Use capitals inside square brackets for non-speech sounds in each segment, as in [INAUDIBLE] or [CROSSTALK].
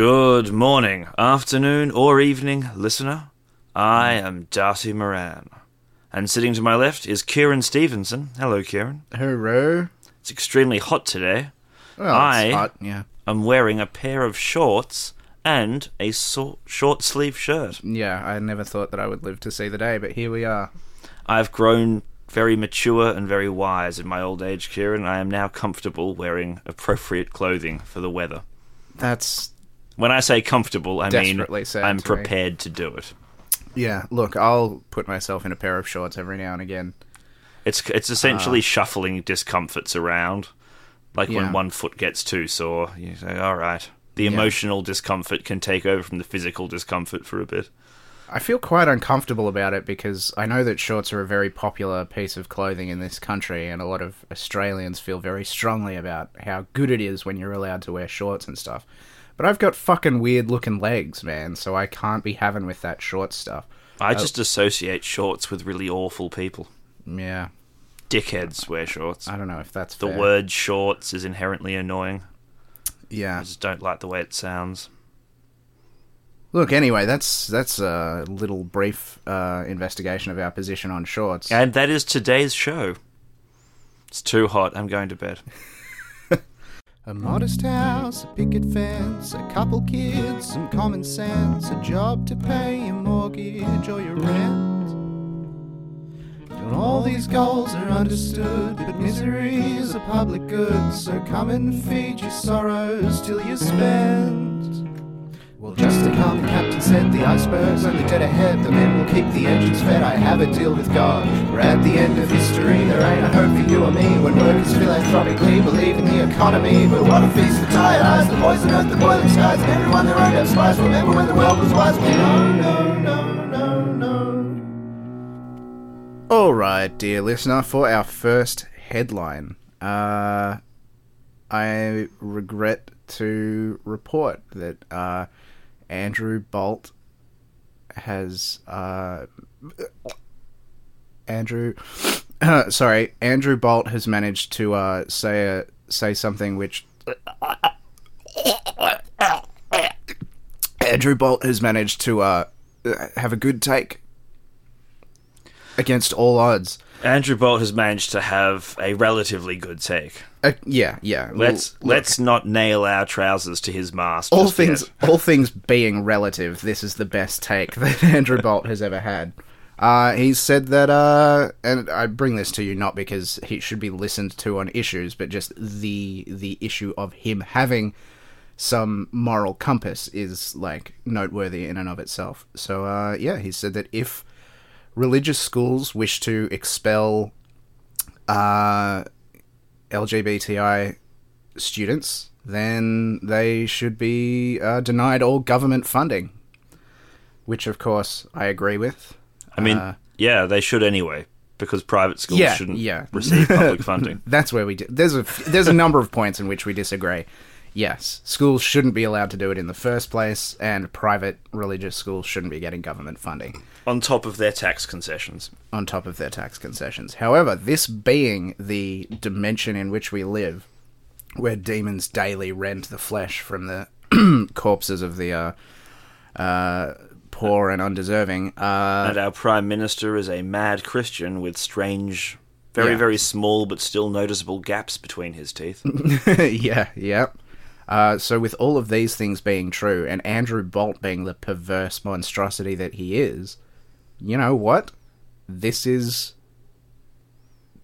Good morning, afternoon, or evening, listener. I am Darcy Moran. And sitting to my left is Kieran Stevenson. Hello, Kieran. Hello. It's extremely hot today. Well, I- it's hot, yeah. I'm wearing a pair of shorts and a so- short sleeve shirt. Yeah, I never thought that I would live to see the day, but here we are. I've grown very mature and very wise in my old age, Kieran. I am now comfortable wearing appropriate clothing for the weather. That's When I say comfortable, I mean Desperately sad I'm to me. prepared to do it. yeah. Look, I'll put myself in a pair of shorts every now and again. It's it's essentially shuffling discomforts around, like Ah. Yeah. when one foot gets too sore. You say, "All right." The emotional discomfort can take over from the physical discomfort for a bit. I feel quite uncomfortable about it because I know that shorts are a very popular piece of clothing in this country, and a lot of Australians feel very strongly about how good it is when you're allowed to wear shorts and stuff. But I've got fucking weird looking legs, man, so I can't be having with that short stuff. I just associate shorts with really awful people. Yeah, Dickheads wear shorts. I don't know if that's The fair. word "shorts" is inherently annoying. Yeah, I just don't like the way it sounds. Look, anyway, that's that's a little brief uh, investigation of our position on shorts. And that is today's show. It's too hot. I'm going to [LAUGHS] bed. A modest house, a picket fence, a couple kids, some common sense, a job to pay your mortgage or your rent. And all these goals are understood, but misery is a public good, so come and feed your sorrows till you spend. Well, just to come, the captain said the iceberg's only dead ahead. The men will keep the engines fed. I have a deal with God. We're at the end of history. There ain't a hope for you or me when workers philanthropically believe in the economy. But what a feast for tired eyes, the poison earth, the boiling skies, and everyone their own damn spies. Remember when the world was wise? Well, no, no, no, no, no. All right, dear listener, for our first headline. Uh. I regret to report that uh, Andrew Bolt has uh, Andrew. [COUGHS] sorry, Andrew Bolt has managed to uh, say a, say something which. [COUGHS] Andrew Bolt has managed to uh, have a good take against all odds. Andrew Bolt has managed to have a relatively good take. Uh, yeah, yeah. Let's Well, let's not nail our trousers to his mast. all just things yet. all things being relative, this is the best take [LAUGHS] that Andrew Bolt has ever had. Uh, he said that, uh, and I bring this to you not because he should be listened to on issues, but just the the issue of him having some moral compass is like noteworthy in and of itself. So uh, yeah, he said that if religious schools wish to expel uh, LGBTI students, then they should be uh, denied all government funding. Which, of course, I agree with. I mean, yeah, they should anyway because private schools Uh, Yeah, shouldn't yeah. [LAUGHS] receive public funding. That's where we di- there's a there's a number of points in which we disagree. Yes, schools shouldn't be allowed to do it in the first place, and private religious schools shouldn't be getting government funding On top of their tax concessions, on top of their tax concessions. However, this being the dimension in which we live, where demons daily rend the flesh from the [CLEARS THROAT] corpses of the uh, uh, poor and undeserving, uh, and our prime minister is a mad Christian with strange, very Yeah. very small but still noticeable gaps between his teeth. [LAUGHS] yeah, yeah. Uh, so with all of these things being true, and Andrew Bolt being the perverse monstrosity that he is, you know what? This is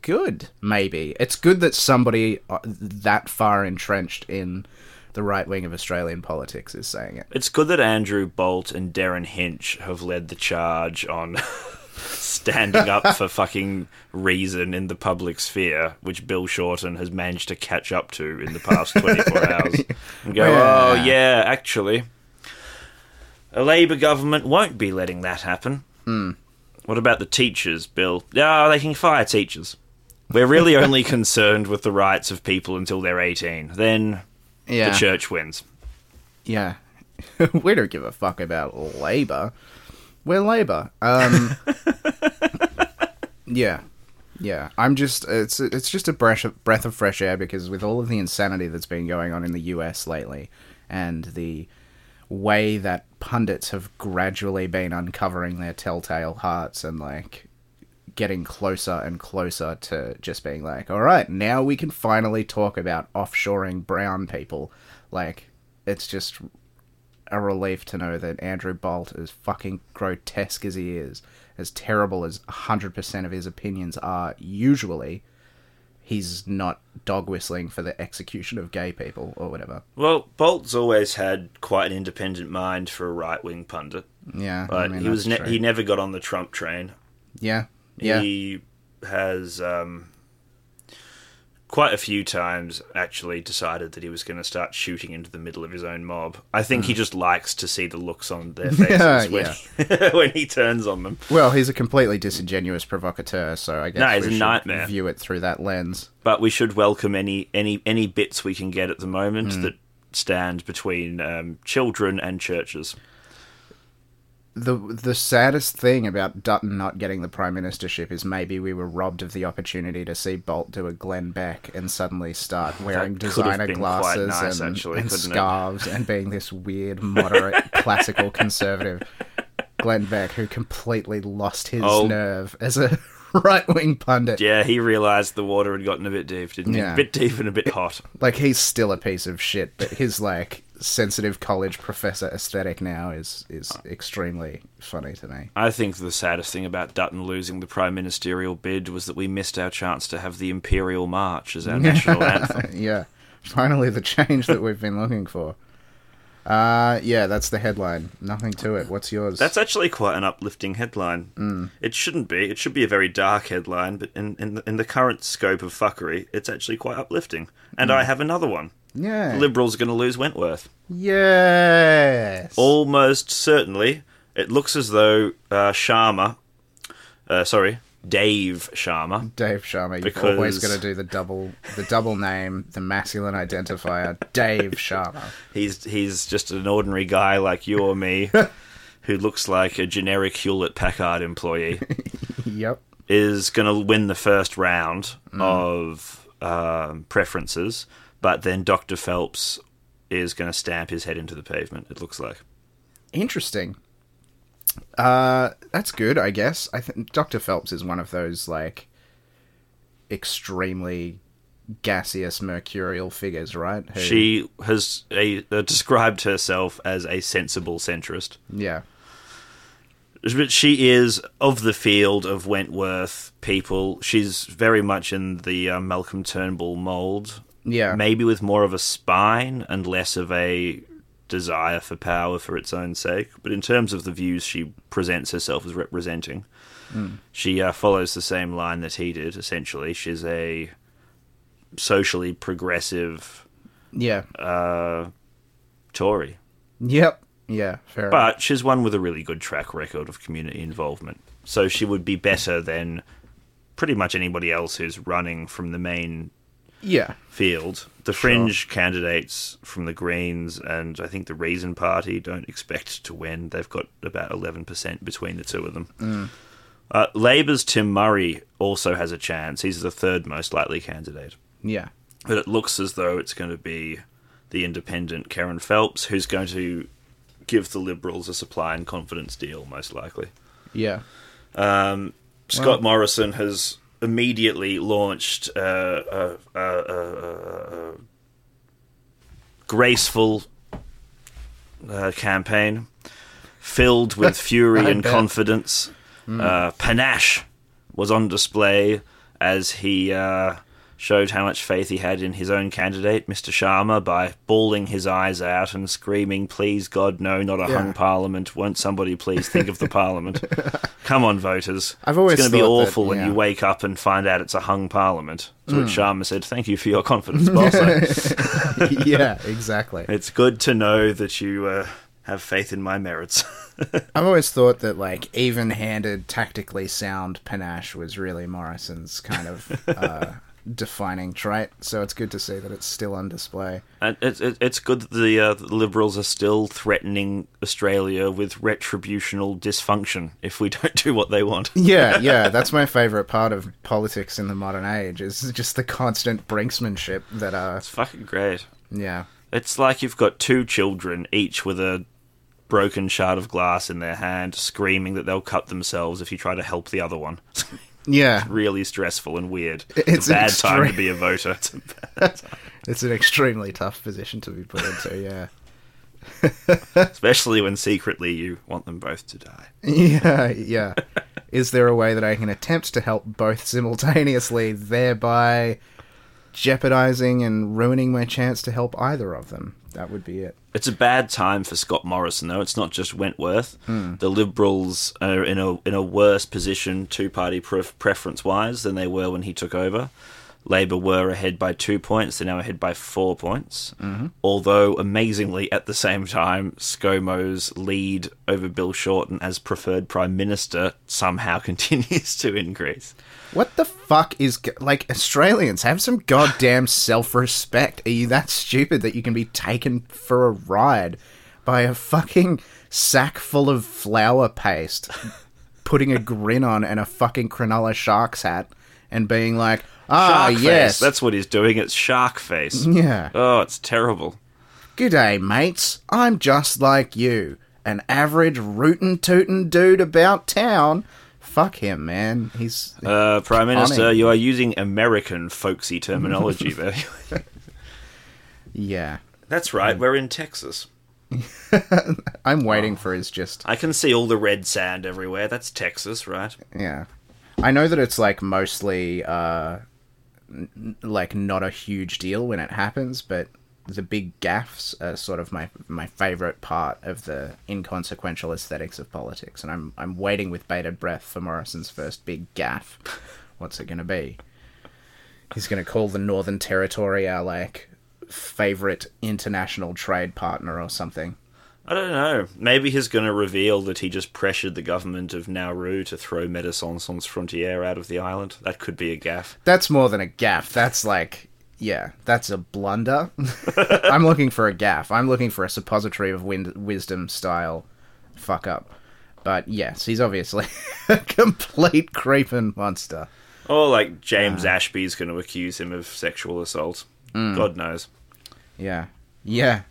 good. Maybe it's good that somebody uh, that far entrenched in the right wing of Australian politics is saying it. It's good that Andrew Bolt and Darren Hinch have led the charge on [LAUGHS] standing up [LAUGHS] for fucking reason in the public sphere, which Bill Shorten has managed to catch up to in the past [LAUGHS] 24 hours. And go, oh, Yeah. yeah, actually, a Labour government won't be letting that happen. Hmm. What about the teachers, Bill? Oh, they can fire teachers. We're really [LAUGHS] only concerned with the rights of people until they're 18. Then Yeah, the church wins. yeah. [LAUGHS] we don't give a fuck about Labour. We're Labour. Um, yeah, yeah. I'm just it's it's just a breath of, breath of fresh air because with all of the insanity that's been going on in the U.S. lately and the way that pundits have gradually been uncovering their telltale hearts and like getting closer and closer to just being like, all right, now we can finally talk about offshoring brown people. Like, it's just a relief to know that Andrew Bolt, as fucking grotesque as he is, as terrible as 100% of his opinions are usually, he's not dog whistling for the execution of gay people or whatever. Well, Bolt's always had quite an independent mind for a right wing pundit. Yeah. But I mean, he was that's ne- true. he never got on the Trump train. yeah. Yeah. He has um, quite a few times actually decided that he was going to start shooting into the middle of his own mob. I think he just likes to see the looks on [LAUGHS] their faces Mm. Yeah, when, [LAUGHS] when he turns on them. Well, he's a completely disingenuous provocateur, so I guess No, he's we a should nightmare. view it through that lens. But we should welcome any any any bits we can get at the moment Mm. that stand between um, children and churches. the the saddest thing about Dutton not getting the prime ministership is maybe we were robbed of the opportunity to see Bolt do a Glenn Beck and suddenly start wearing could have designer been quite glasses nice, and, actually, and couldn't it? scarves and being this [LAUGHS] weird moderate classical conservative Glenn Beck who completely lost his Oh. nerve as a [LAUGHS] right wing pundit. Yeah, he realised the water had gotten a bit deep, didn't he? Yeah. A bit deep and a bit hot. Like he's still a piece of shit, but his like sensitive college professor aesthetic now is is Uh. extremely funny to me. I think the saddest thing about Dutton losing the prime ministerial bid was that we missed our chance to have the Imperial March [LAUGHS] as our national anthem. yeah, finally the change that we've been looking for. Uh, yeah, that's the headline. Nothing to it. What's yours? That's actually quite an uplifting headline. Mm. It shouldn't be. It should be a very dark headline, but in, in, the, in the current scope of fuckery, it's actually quite uplifting. And I have another one. Mm. yeah. Liberals are going to lose Wentworth. yes. Almost certainly, it looks as though uh, Sharma, uh, sorry, Dave Sharma, Dave Sharma. You've Because- always got to do the double, the double name, the masculine identifier. Dave Sharma. He's he's just an ordinary guy like you or me, who looks like a generic Hewlett Packard employee, Yep. is going to win the first round of um, preferences, but then Doctor Phelps is going to stamp his head into the pavement. It looks like. Interesting. Uh, that's good, I guess. I think Dr. Phelps is one of those like extremely gaseous mercurial figures, right? Who- She has a, uh, described herself as a sensible centrist. yeah. But she is of the field of Wentworth people. She's very much in the uh, Malcolm Turnbull mold. Yeah. Maybe with more of a spine and less of a desire for power for its own sake. But in terms of the views she presents herself as representing, she uh, follows the same line that he did, essentially. She's a socially progressive Yeah. uh, Tory. Yep. Yeah, fair. enough. But she's one with a really good track record of community involvement. So she would be better than pretty much anybody else who's running from the main yeah, field. The fringe candidates from the Greens and I think the Reason Party don't expect to win. They've got about 11% between the two of them. Uh, Labour's Tim Murray also has a chance. He's the third most likely candidate. yeah, But it looks as though it's going to be the independent Karen Phelps who's going to give the Liberals a supply and confidence deal, most likely. yeah. [LAUGHS] Scott Morrison has immediately launched uh, a, a, a- a- a graceful uh, campaign filled [LAUGHS] with fury I and bet. Hmm. confidence. Uh, panache was on display as he uh, showed how much faith he had in his own candidate, Mr. Sharma, by bawling his eyes out and screaming, Please, God, no, not a Yeah. hung parliament. Won't somebody please think of the [LAUGHS] parliament? Come on, voters. I've it's always going to be thought that- awful when yeah. Hmm. you wake up and find out it's a hung parliament. To which Sharma said, Thank you for your confidence, [LAUGHS] boss. yeah, exactly. It's good to know that you uh, have faith in my merits. [LAUGHS] I've always thought that like even-handed, tactically sound panache was really Morrison's kind of uh, defining trait. So it's good to see that it's still on display. and it's, it's- it's good that the, uh, the Liberals are still threatening Australia with retributional dysfunction if we [LAUGHS] don't do what they want. Yeah, yeah, that's my favorite part of politics in the modern age is just the constant brinksmanship that uh It's fucking great. yeah. It's like you've got two children, each with a broken shard of glass in their hand, screaming that they'll cut themselves if you try to help the other one. Yeah, really stressful and weird. It's It's, a bad extreme. time to be a voter. It's a bad time. it's an extremely tough position to be put into. Yeah, Especially when secretly you want them both to die. yeah, yeah. Is there a way that I can attempt to help both simultaneously, thereby jeopardizing and ruining my chance to help either of them? That would be it. It's a bad time for Scott Morrison, though. It's not just Wentworth. The Liberals are in a in a worse position, two party pref- preference wise, than they were when he took over. Labour were ahead by two points. They're now ahead by four points. Although, amazingly, at the same time, ScoMo's lead over Bill Shorten as preferred Prime Minister somehow [LAUGHS] continues to increase. What the fuck is go- like Australians have some goddamn self-respect. Are you that stupid that you can be taken for a ride by a fucking sack full of flour paste, putting a grin on and a fucking Cronulla shark's hat and being like, "Ah, Shark yes. face. That's what he's doing. It's shark face. yeah. Oh, it's terrible. G'day, mates. I'm just like you, an average rootin' tootin' dude about town." Fuck him, man. He's Uh, Prime Minister, Cunning. you are using American folksy [LAUGHS] terminology there. yeah. [LAUGHS] That's right, we're in Texas. I'm waiting for his just I can see all the red sand everywhere. That's Texas, right? Yeah. I know that it's like mostly uh n- like not a huge deal when it happens, but the big gaffs are sort of my my favorite part of the inconsequential aesthetics of politics, and I'm I'm waiting with bated breath for Morrison's first big gaff. What's it going to be? He's going to call the Northern Territory our like favorite international trade partner or something. I don't know. Maybe he's going to reveal that he just pressured the government of Nauru to throw Médecins Sans Frontières out of the island. That could be a gaff. That's more than a gaff. That's like, yeah, that's a blunder. [LAUGHS] I'm looking for a gaff. I'm looking for a suppository of win- wisdom style fuck up. But yes, he's obviously [LAUGHS] a complete creeping monster. Or like James Ashby's going to accuse him of sexual assault. Hmm. God knows. Yeah. Yeah.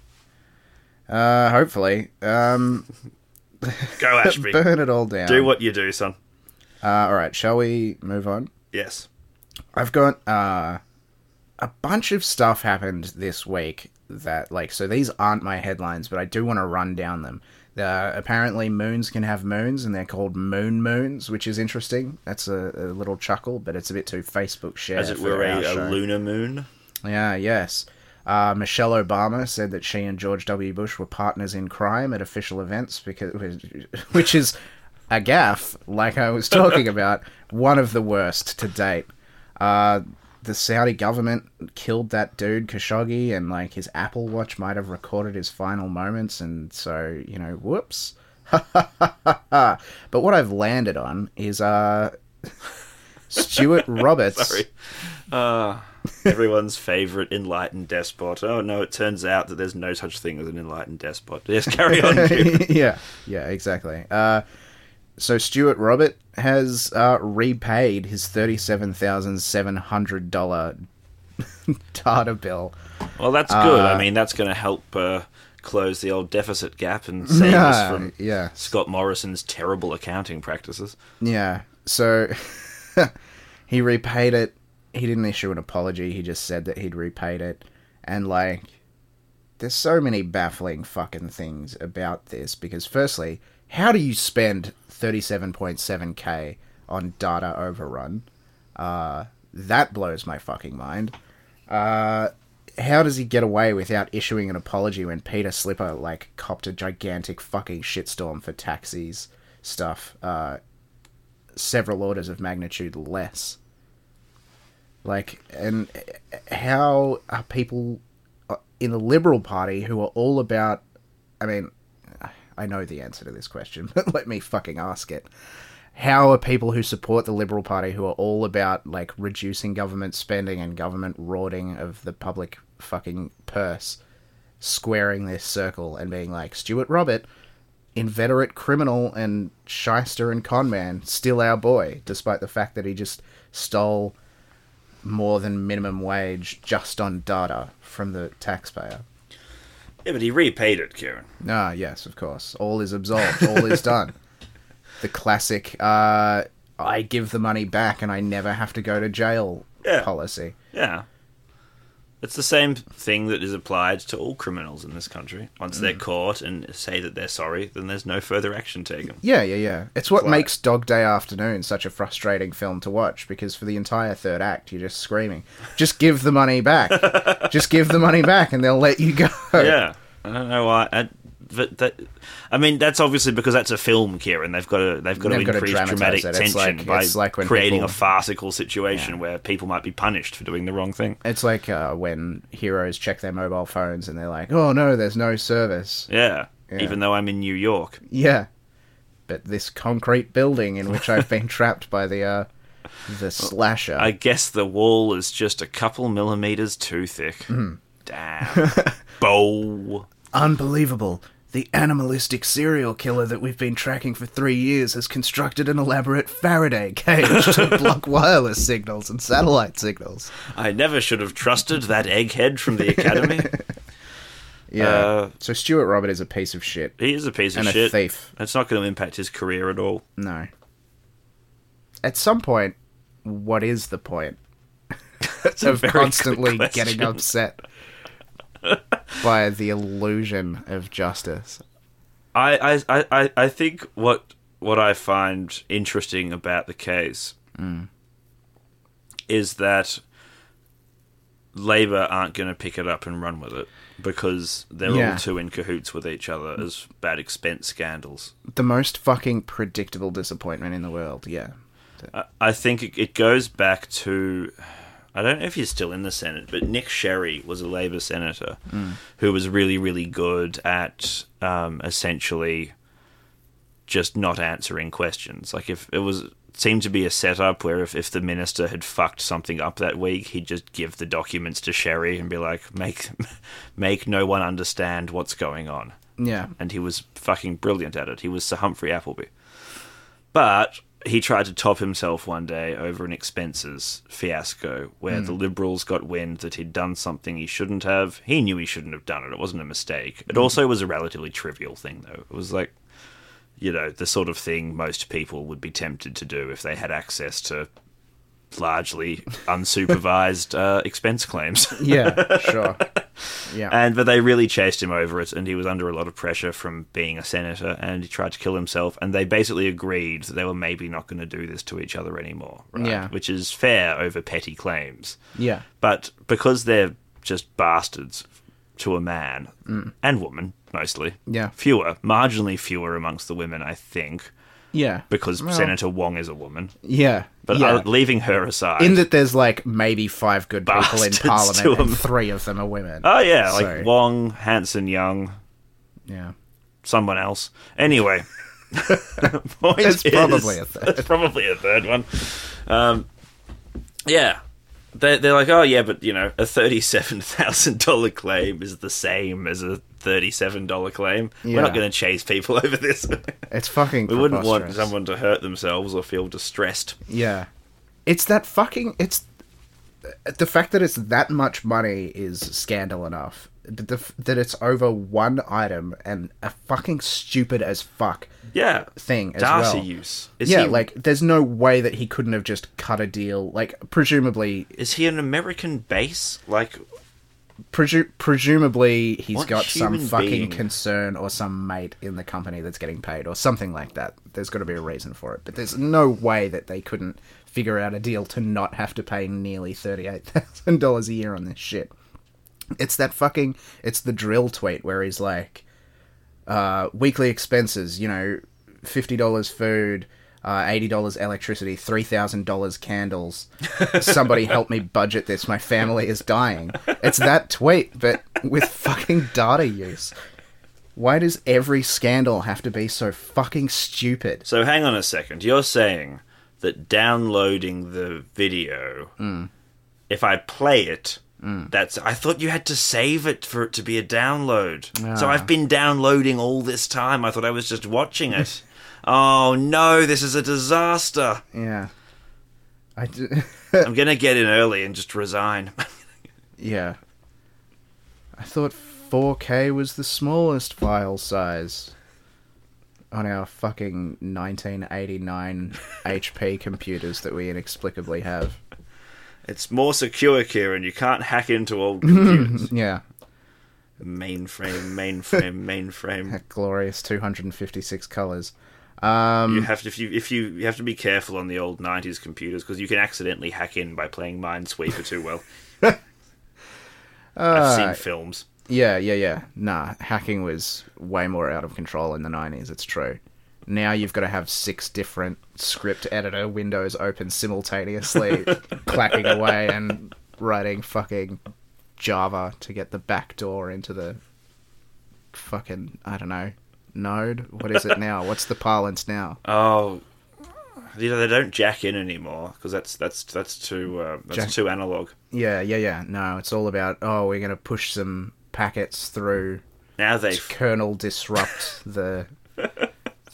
Uh, hopefully. Um, [LAUGHS] Go Ashby. burn it all down. Do what you do, son. Uh, all right, shall we move on? Yes. I've got uh, a bunch of stuff happened this week that like so these aren't my headlines, but I do want to run down them. Uh, apparently, moons can have moons, and they're called moon moons, which is interesting. That's a, a little chuckle, but it's a bit too Facebook share. As it for were our a, a show. lunar [LAUGHS] moon. Yeah, yes. Uh, Michelle Obama said that she and George W. Bush were partners in crime at official events, because [LAUGHS] which is a gaff, like I was talking about, one of the worst to date. Uh, the Saudi government killed that dude Khashoggi, and like his Apple Watch might have recorded his final moments, and so you know, whoops. [LAUGHS] but what I've landed on is uh, [LAUGHS] Stuart Roberts. Sorry. Uh, everyone's favourite enlightened despot. Oh no, it turns out that there's no such thing as an enlightened despot. Yes, [LAUGHS] carry [LAUGHS] on. Jim. yeah, yeah, exactly. Uh, so Stuart Robert has uh, repaid his thirty-seven thousand seven hundred dollar [LAUGHS] Tata bill. well, that's good. Uh, I mean, that's going to help uh, close the old deficit gap [LAUGHS] and save us Yeah, from Uh, yeah. Scott Morrison's terrible accounting practices. Yeah. So [LAUGHS] he repaid it. He didn't issue an apology. He just said that he'd repaid it. And like, there's so many baffling fucking things about this because, firstly, how do you spend 37.7k on data overrun? Uh, that blows my fucking mind. Uh, how does he get away without issuing an apology when Peter Slipper like copped a gigantic fucking shitstorm for taxis stuff? Uh, several orders of magnitude less. Like, and how are people uh, in the Liberal Party who are all about? I mean, I know the answer to this question, [LAUGHS] but let me fucking ask it. How are people who support the Liberal Party, who are all about like reducing government spending and government rorting of the public fucking purse, squaring this circle and being like Stuart Robert, inveterate criminal and shyster and con man, still our boy, despite the fact that he just stole more than minimum wage just on data from the taxpayer. Yeah, but he repaid it, Kieran. Ah, yes, of course. All is absolved. All is done. The classic, uh, I give the money back and I never have to go to jail Yeah. policy. Yeah. It's the same thing that is applied to all criminals in this country. Once Mm. they're caught and say that they're sorry, then there's no further action taken. Yeah, yeah, yeah. It's what Right. makes Dog Day Afternoon such a frustrating film to watch because for the entire third act, you're just screaming, just give the [LAUGHS] money back. just give the money back and they'll let you go. Yeah. I don't know why. I, but that, I mean, that's obviously because that's a film, Kieran. They've got to they've got They've to got to increase dramatise dramatic it. It's tension like- by it's like when creating people- a farcical situation where people might be punished for doing the wrong thing. It's like uh, when heroes check their mobile phones and they're like, oh no, there's no service. Yeah. Yeah. Even though I'm in New York. Yeah. But this concrete building in which [LAUGHS] I've been trapped by the uh, the slasher. I guess the wall is just a couple millimeters too thick. Mm-hmm. Damn. [LAUGHS] Bow. Unbelievable. The animalistic serial killer that we've been tracking for three years has constructed an elaborate Faraday cage [LAUGHS] to block wireless signals and satellite signals. I never should have trusted that egghead from [LAUGHS] the academy. Yeah. Uh, so Stuart Robert is a piece of shit. he is a piece of And a shit. thief. That's not going to impact his career at all. No. At some point, what is [LAUGHS] the point a of very good constantly question. getting upset by the illusion of justice? I, I, I- I, I think what what I find interesting about the case is that Labour aren't going to pick it up and run with it because they're Yeah. all too in cahoots with each other as bad expense scandals. The most fucking predictable disappointment in the world, yeah. I- I think it- it goes back to. I don't know if he's still in the Senate, but Nick Sherry was a Labour senator who was really, really good at um, essentially just not answering questions. Like if it was it seemed to be a setup where if, if the minister had fucked something up that week, he'd just give the documents to Sherry and be like, make [LAUGHS] make no one understand what's going on Yeah. and he was fucking brilliant at it. He was Sir Humphrey Appleby. But he tried to top himself one day over an expenses fiasco where the Liberals got wind that he'd done something he shouldn't have. He knew he shouldn't have done it. It wasn't a mistake. It also was a relatively trivial thing, though. It was like, you know, the sort of thing most people would be tempted to do if they had access to largely unsupervised uh, expense claims. [LAUGHS] Yeah, sure. Yeah. And but they really chased him over it, and he was under a lot of pressure from being a senator, and he tried to kill himself. And they basically agreed that they were maybe not going to do this to each other anymore, right? Yeah. Which is fair over petty claims, yeah. but because they're just bastards to a man and woman mostly, Mm. Yeah. fewer, marginally fewer amongst the women, I think, Yeah. because Well, Senator Wong is a woman. Yeah. But yeah. uh, leaving her aside, in that there's like maybe five good people in Bastards to parliament 'em. and three of them are women. oh yeah, like Sorry. Wong, Hanson, Young, yeah. someone else. [LAUGHS] Anyway, [LAUGHS] point That's is- probably [LAUGHS] a third. That's probably a third one. Um, yeah, they they're like, oh yeah, but you know, a thirty-seven thousand dollar claim is the same as a thirty-seven dollar claim. We're Yeah. not going to chase people [LAUGHS] over [LAUGHS] this. It's fucking we wouldn't want preposterous. someone to hurt themselves or feel distressed. Yeah. It's that fucking it's the fact that it's that much money is scandal enough. But the, f- that it's over one item and a fucking stupid as fuck Yeah, thing as Darcy well. use. Is yeah, he, like there's no way that he couldn't have just cut a deal. Like presumably, is he an American base? Like, presu- presumably he's What got some human fucking being? concern or some mate in the company that's getting paid or something like that. There's got to be a reason for it, but there's no way that they couldn't figure out a deal to not have to pay nearly thirty-eight thousand dollars a year on this shit. It's that fucking. It's the drill tweet where he's like, uh, weekly expenses, you know, fifty dollars food, uh, eighty dollars electricity, three thousand dollars candles. Somebody help me budget this. My family is dying. It's that tweet, but with fucking data use. Why does every scandal have to be so fucking stupid? so hang on a second. You're saying that downloading the video, if I play it, that's. I thought you had to save it for it to be a download. So I've been downloading all this time. I thought I was just watching it. oh no, this is a disaster. Yeah. I d- [LAUGHS] I'm gonna get in early and just resign. yeah. I thought 4K was the smallest file size on our fucking 1989 HP computers that we inexplicably have. [LAUGHS] It's more secure, Kieran. You can't hack into old computers. [LAUGHS] Yeah, mainframe, mainframe, mainframe. that glorious 256 colors. you have to if you if you, you have to be careful on the old '90s computers because you can accidentally hack in by playing Minesweeper too [LAUGHS] well. I've seen films. Yeah, yeah, yeah. Nah, hacking was way more out of control in the 90s, it's true. Now you've got to have six different script editor windows open simultaneously, clacking away and writing fucking Java to get the back door into the fucking, I don't know, node? What is it now? What's the parlance now? Oh, you know they don't jack in anymore because that's that's that's too uh, that's Jack- too analog. Yeah, yeah, yeah. No, it's all about, oh, we're going to push some packets through Now they. to kernel disrupt the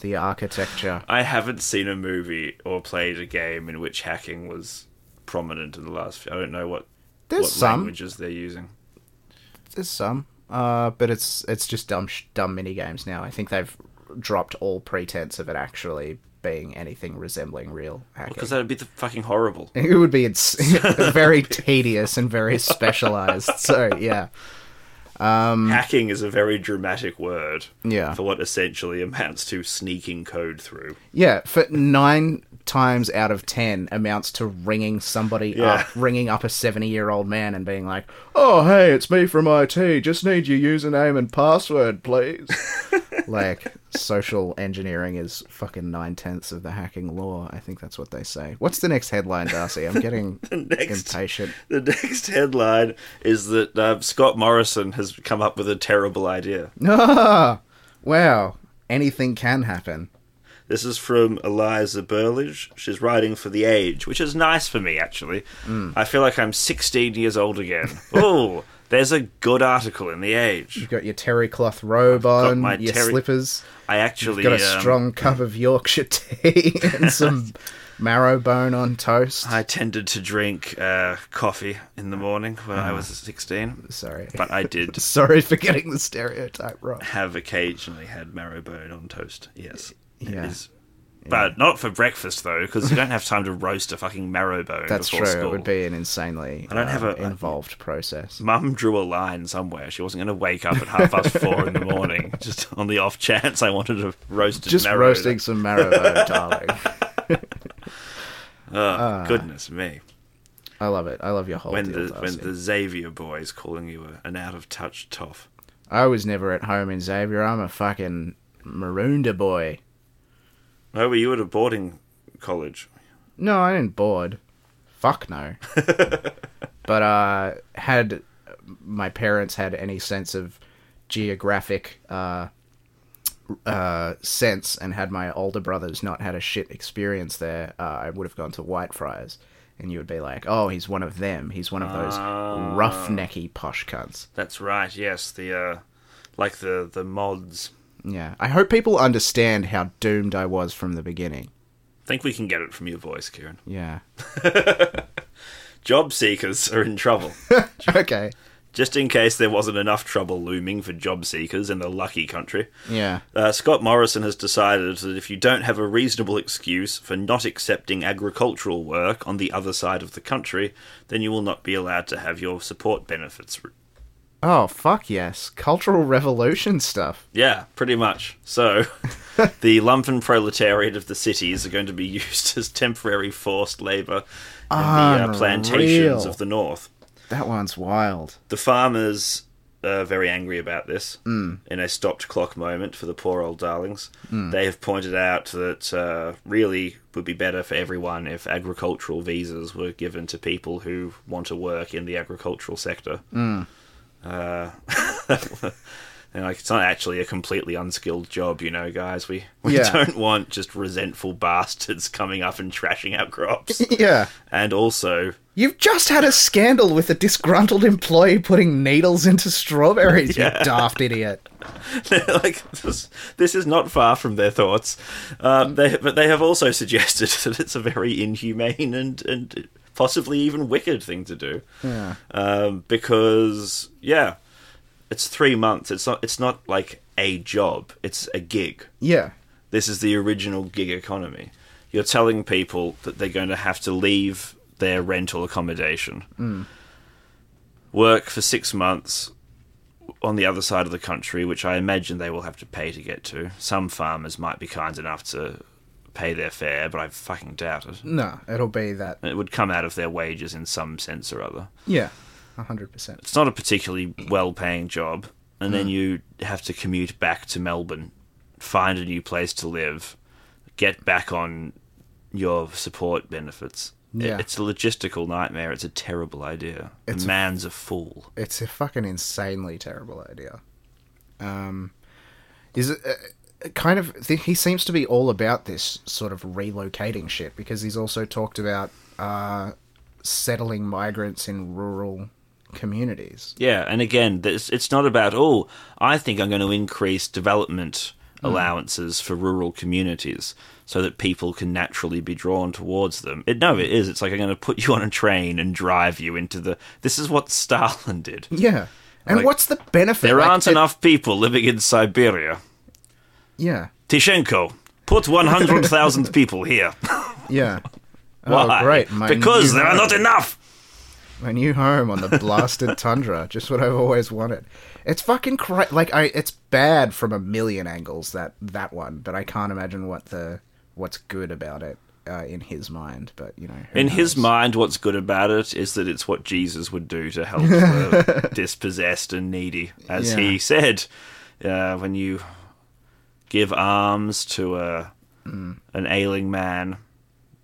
the architecture. I haven't seen a movie or played a game in which hacking was prominent in the last. Few, I don't know what There's what some. languages they're using. There's some, uh, but it's it's just dumb sh- dumb mini games now. I think they've dropped all pretense of it actually being anything resembling real hacking. Because that'd be the fucking horrible. [LAUGHS] it would be ins- [LAUGHS] very tedious and very specialized. So yeah, Mm. Hacking is a very dramatic word yeah, for what essentially amounts to sneaking code through. yeah. For nine times out of ten, amounts to ringing somebody Yeah. up, ringing up a seventy-year-old man and being like, "Oh hey, it's me from IT. Just need your username and [LAUGHS] password, please." like social engineering is fucking nine tenths of the hacking law. I think that's what they say. What's the next headline, Darcy? [LAUGHS] I'm getting next- impatient. [LAUGHS] The [LAUGHS] next headline is that uh, Scott Morrison has come up with a terrible idea. Ah, wow, anything can happen. This is from Eliza Burlage. She's writing for The Age, which is nice for me, actually. Mm. I feel like I'm 16 years old again. oh, there's a good article in The Age. You've got your terry cloth robe on, my your terry- slippers, I actually. got a um, strong cup of Yorkshire tea [LAUGHS] [LAUGHS] and some marrow bone on toast. I tended to drink uh, coffee in the morning when I was 16, Sorry, but I did [LAUGHS] sorry for getting the stereotype wrong. have occasionally had marrow bone on toast. Yes, it Yeah. is. But not for breakfast though, because you don't have time to roast a fucking marrow bone. That's before true. School. It would be an insanely I don't uh, have a- involved process. Mum drew a line somewhere. She wasn't going to wake up at half past four in the morning, [LAUGHS] just on the off chance I wanted to roast Just marrow. roasting some [LAUGHS] marrow bone, darling. Oh, goodness me! I love it. I love your whole When deal, the when Ah. Darcy. the Xavier boy is calling you a, an out of touch toff. I was never at home in Xavier. I'm a fucking Maroonda boy. No, were you at a boarding college? No, I didn't board. Fuck no. but uh, had my parents had any sense of geographic uh, uh, sense and had my older brothers not had a shit experience there, uh, I would have gone to Whitefriars. And you would be like, oh, he's one of them. He's one of those Ah. roughnecky posh cunts. That's right. Yes, the uh, like the the mods. Yeah. I hope people understand how doomed I was from the beginning. think we can get it from your voice, Kieran. Yeah. Job seekers are in trouble. okay. Just in case there wasn't enough trouble looming for job seekers in the lucky country, Yeah. uh, Scott Morrison has decided that if you don't have a reasonable excuse for not accepting agricultural work on the other side of the country, then you will not be allowed to have your support benefits. Oh, fuck yes. Cultural revolution stuff. Yeah, pretty much. So, the lumpen proletariat of the cities are going to be [LAUGHS] used as temporary forced labour in the uh, plantations Unreal. of the north. That one's wild. The farmers are very angry about this in a stopped clock moment for the poor old darlings. They have pointed out that uh, really would be better for everyone if agricultural visas were given to people who want to work in the agricultural sector. [LAUGHS] Uh, and like, it's not actually a completely unskilled job, you know, guys. We, we Yeah. don't want just resentful bastards coming up and trashing our crops. Yeah. and also, You've just had a scandal with a disgruntled employee putting needles into strawberries, [LAUGHS] you daft idiot. [LAUGHS] like this, this is not far from their thoughts. Uh, they, but they have also suggested [LAUGHS] that it's a very inhumane and and possibly even wicked thing to do. Yeah. Um, because yeah, it's three months. It's not. It's not like a job. It's a gig. Yeah. This is the original gig economy. You're telling people that they're going to have to leave their rental accommodation, work for six months on the other side of the country, which I imagine they will have to pay to get to. Some farmers might be kind enough to pay their fare, but I fucking doubt it. No, it'll be that. It would come out of their wages in some sense or other. Yeah. 100%. It's not a particularly well paying job. And Mm. then you have to commute back to Melbourne, find a new place to live, get back on your support benefits. It- Yeah. It's a logistical nightmare. It's a terrible idea. It's the a- man's a fool. It's a fucking insanely terrible idea. Um, is it uh, kind of th- he seems to be all about this sort of relocating shit because he's also talked about uh, settling migrants in rural communities. Yeah, and again, this, it's not about oh, I think I'm going to increase development Hmm. allowances for rural communities so that people can naturally be drawn towards them. It, no, it is. It's like I'm going to put you on a train and drive you into the. This is what Stalin did. Yeah, and Like, what's the benefit? There Like, aren't it- enough people living in Siberia. Yeah, Tishenko, put 100,000 people here. [LAUGHS] yeah. Why? Oh, great! My because new there are home. not enough. my new home [LAUGHS] on the blasted tundra. Just what I've always wanted. It's fucking cra- like I. It's bad from a million angles that that one, but I can't imagine what the what's good about it uh, in his mind. But you know, who In his knows? mind, what's good about it is that it's what Jesus would do to help [LAUGHS] the dispossessed and needy. As Yeah. he said, uh, when you give alms to a, an ailing man,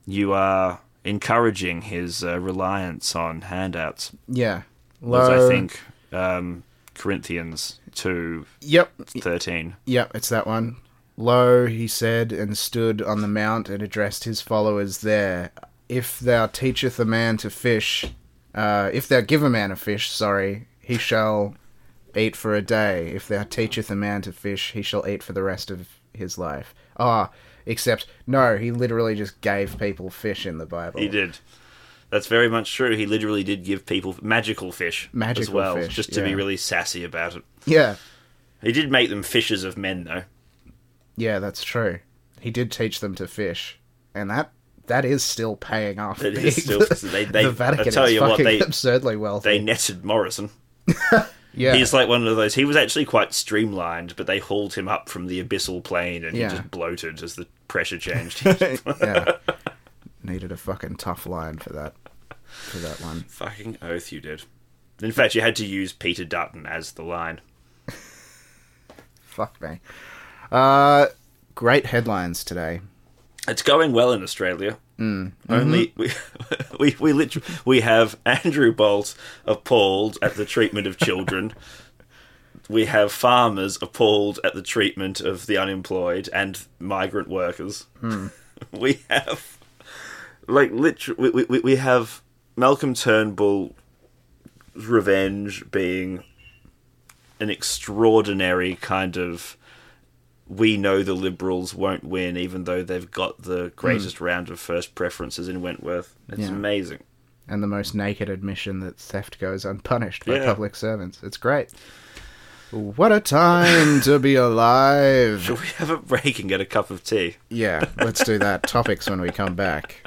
you are encouraging his uh, reliance on handouts. yeah, Was, Low- I think, um, Corinthians 2 Yep, 13. yep, it's that one. Lo, he said, and stood on the mount and addressed his followers there. If thou teacheth a man to fish, uh, if thou give a man a fish, sorry, he shall eat for a day. If thou teacheth a man to fish, he shall eat for the rest of his life. Ah, except, no, he literally just gave people fish in the Bible. He did. That's very much true. He literally did give people magical fish as Magical well, fish, just to be yeah. really sassy about it. Yeah, He did make them fishers of men, though. yeah, that's true. He did teach them to fish, and that. That is still paying off. It big. is still- [LAUGHS] they- they- the I Vatican tell is you what, fucking they- absurdly wealthy. They netted Morrison. Mm. Yeah. He's like one of those. He was actually quite streamlined, but they hauled him up from the abyssal plane, and Yeah. he just bloated as the [LAUGHS] pressure changed. [LAUGHS] yeah. [LAUGHS] Needed a fucking tough line for that. For that one. Fucking oath, you did. In fact, you had to use Peter Dutton as the line. Fuck me. Uh, great headlines today. It's going well in Australia. Only we, we [LAUGHS] we literally we have Andrew Bolt appalled at the treatment of children. we have farmers appalled at the treatment of the unemployed and migrant workers. [LAUGHS] we have like literally we, we we have Malcolm Turnbull's revenge being an extraordinary kind of we know the Liberals won't win, even though they've got the greatest round of first preferences in Wentworth. It's Hmm. Yeah. amazing. [LAUGHS] And the most naked admission that theft goes unpunished by Yeah. public servants. It's great. What a time [LAUGHS] to be alive. Should we have a break and get a cup of tea? Yeah, let's do that. Topics when we come back.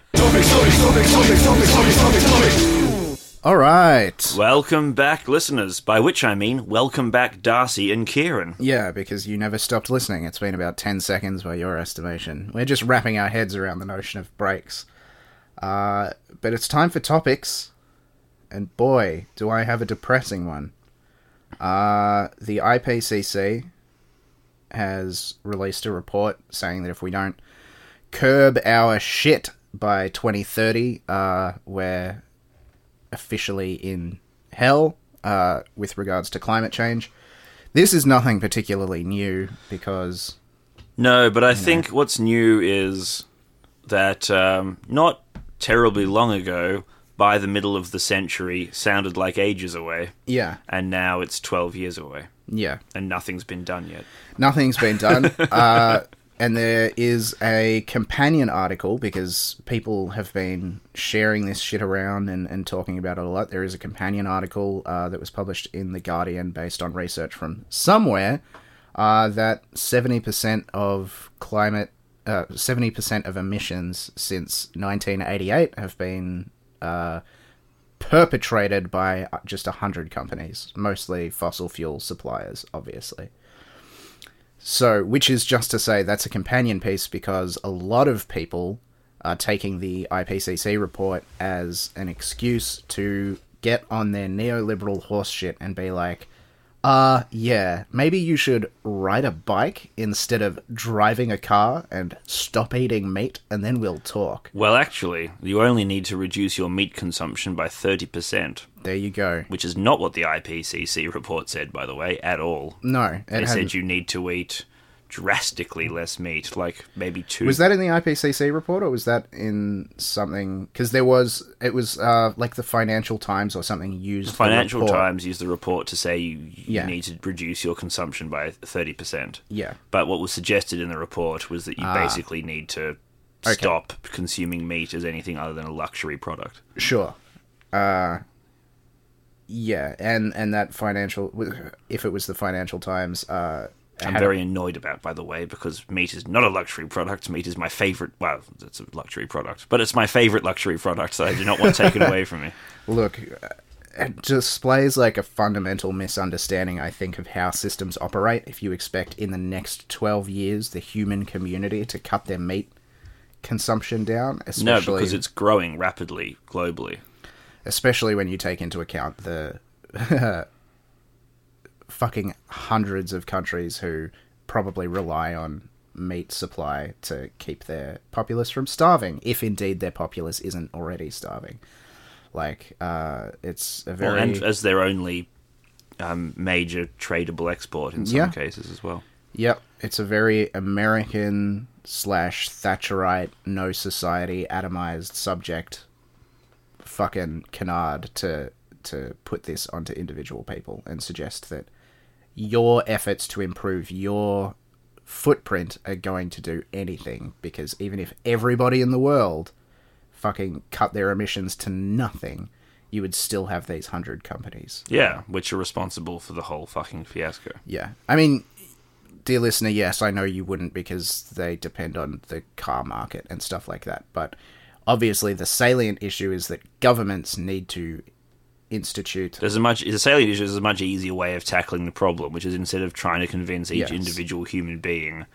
All right. Welcome back, listeners, by which I mean welcome back, Darcy and Kieran. Yeah, because you never stopped listening. It's been about 10 seconds by your estimation. We're just wrapping our heads around the notion of breaks. Uh, but it's time for topics. And boy, do I have a depressing one. Uh, the IPCC has released a report saying that if we don't curb our shit by 2030, uh, we're officially in hell uh, with regards to climate change. This is nothing particularly new because No, but I think what's new is that um, not terribly long ago, by the middle of the century, sounded like ages away, yeah, and now it's 12 years away, yeah, and nothing's been done yet. nothing's been done. uh, And there is a companion article because people have been sharing this shit around and, and talking about it a lot. There is a companion article uh, that was published in The Guardian based on research from somewhere uh, that 70% of climate, uh, 70% of emissions since 1988 have been uh, perpetrated by just 100 companies, mostly fossil fuel suppliers, obviously. So, which is just to say that's a companion piece because a lot of people are taking the IPCC report as an excuse to get on their neoliberal horseshit and be like, uh, yeah, maybe you should ride a bike instead of driving a car and stop eating meat and then we'll talk. Well, actually, you only need to reduce your meat consumption by 30%, There you go. which is not what the IPCC report said, by the way, at all. No, They it said had you need to eat drastically less meat, like maybe two. Was that in the IPCC report or was that in something? Because there was, it was uh, like the Financial Times or something used. the Financial report. Times used the report to say you, you Yeah. need to reduce your consumption by 30%. Yeah. Ah. But what was suggested in the report was that you basically need to Okay. stop consuming meat as anything other than a luxury product. Sure. Uh yeah, and and that financial if it was the Financial Times uh I'm very annoyed about, by the way, because meat is not a luxury product. Meat is my favorite. Well, it's a luxury product, but it's my favorite luxury product that I do not want taken away from [LAUGHS] me. look uh, it displays like a fundamental misunderstanding I think of how systems operate if you expect in the next 12 years the human community to cut their meat consumption down No, especially because it's growing rapidly globally. especially when you take into account the [LAUGHS] fucking hundreds of countries who probably rely on meat supply to keep their populace from starving, if indeed their populace isn't already starving. Like, uh, it's a Well, very and as their only um, major tradable export in some Yeah. cases as well. Yep, it's a very American slash Thatcherite, no society, atomized subject. Fucking canard to to put this onto individual people and suggest that your efforts to improve your footprint are going to do anything because even if everybody in the world fucking cut their emissions to nothing, you would still have these hundred companies. Yeah, which are responsible for the whole fucking fiasco. Yeah. I mean, dear listener, yes, I know you wouldn't because they depend on the car market and stuff like that. But obviously, the salient issue is that governments need to institute. There's a much the salient issue is a much easier way of tackling the problem, which is instead of trying to convince each Yes. individual human being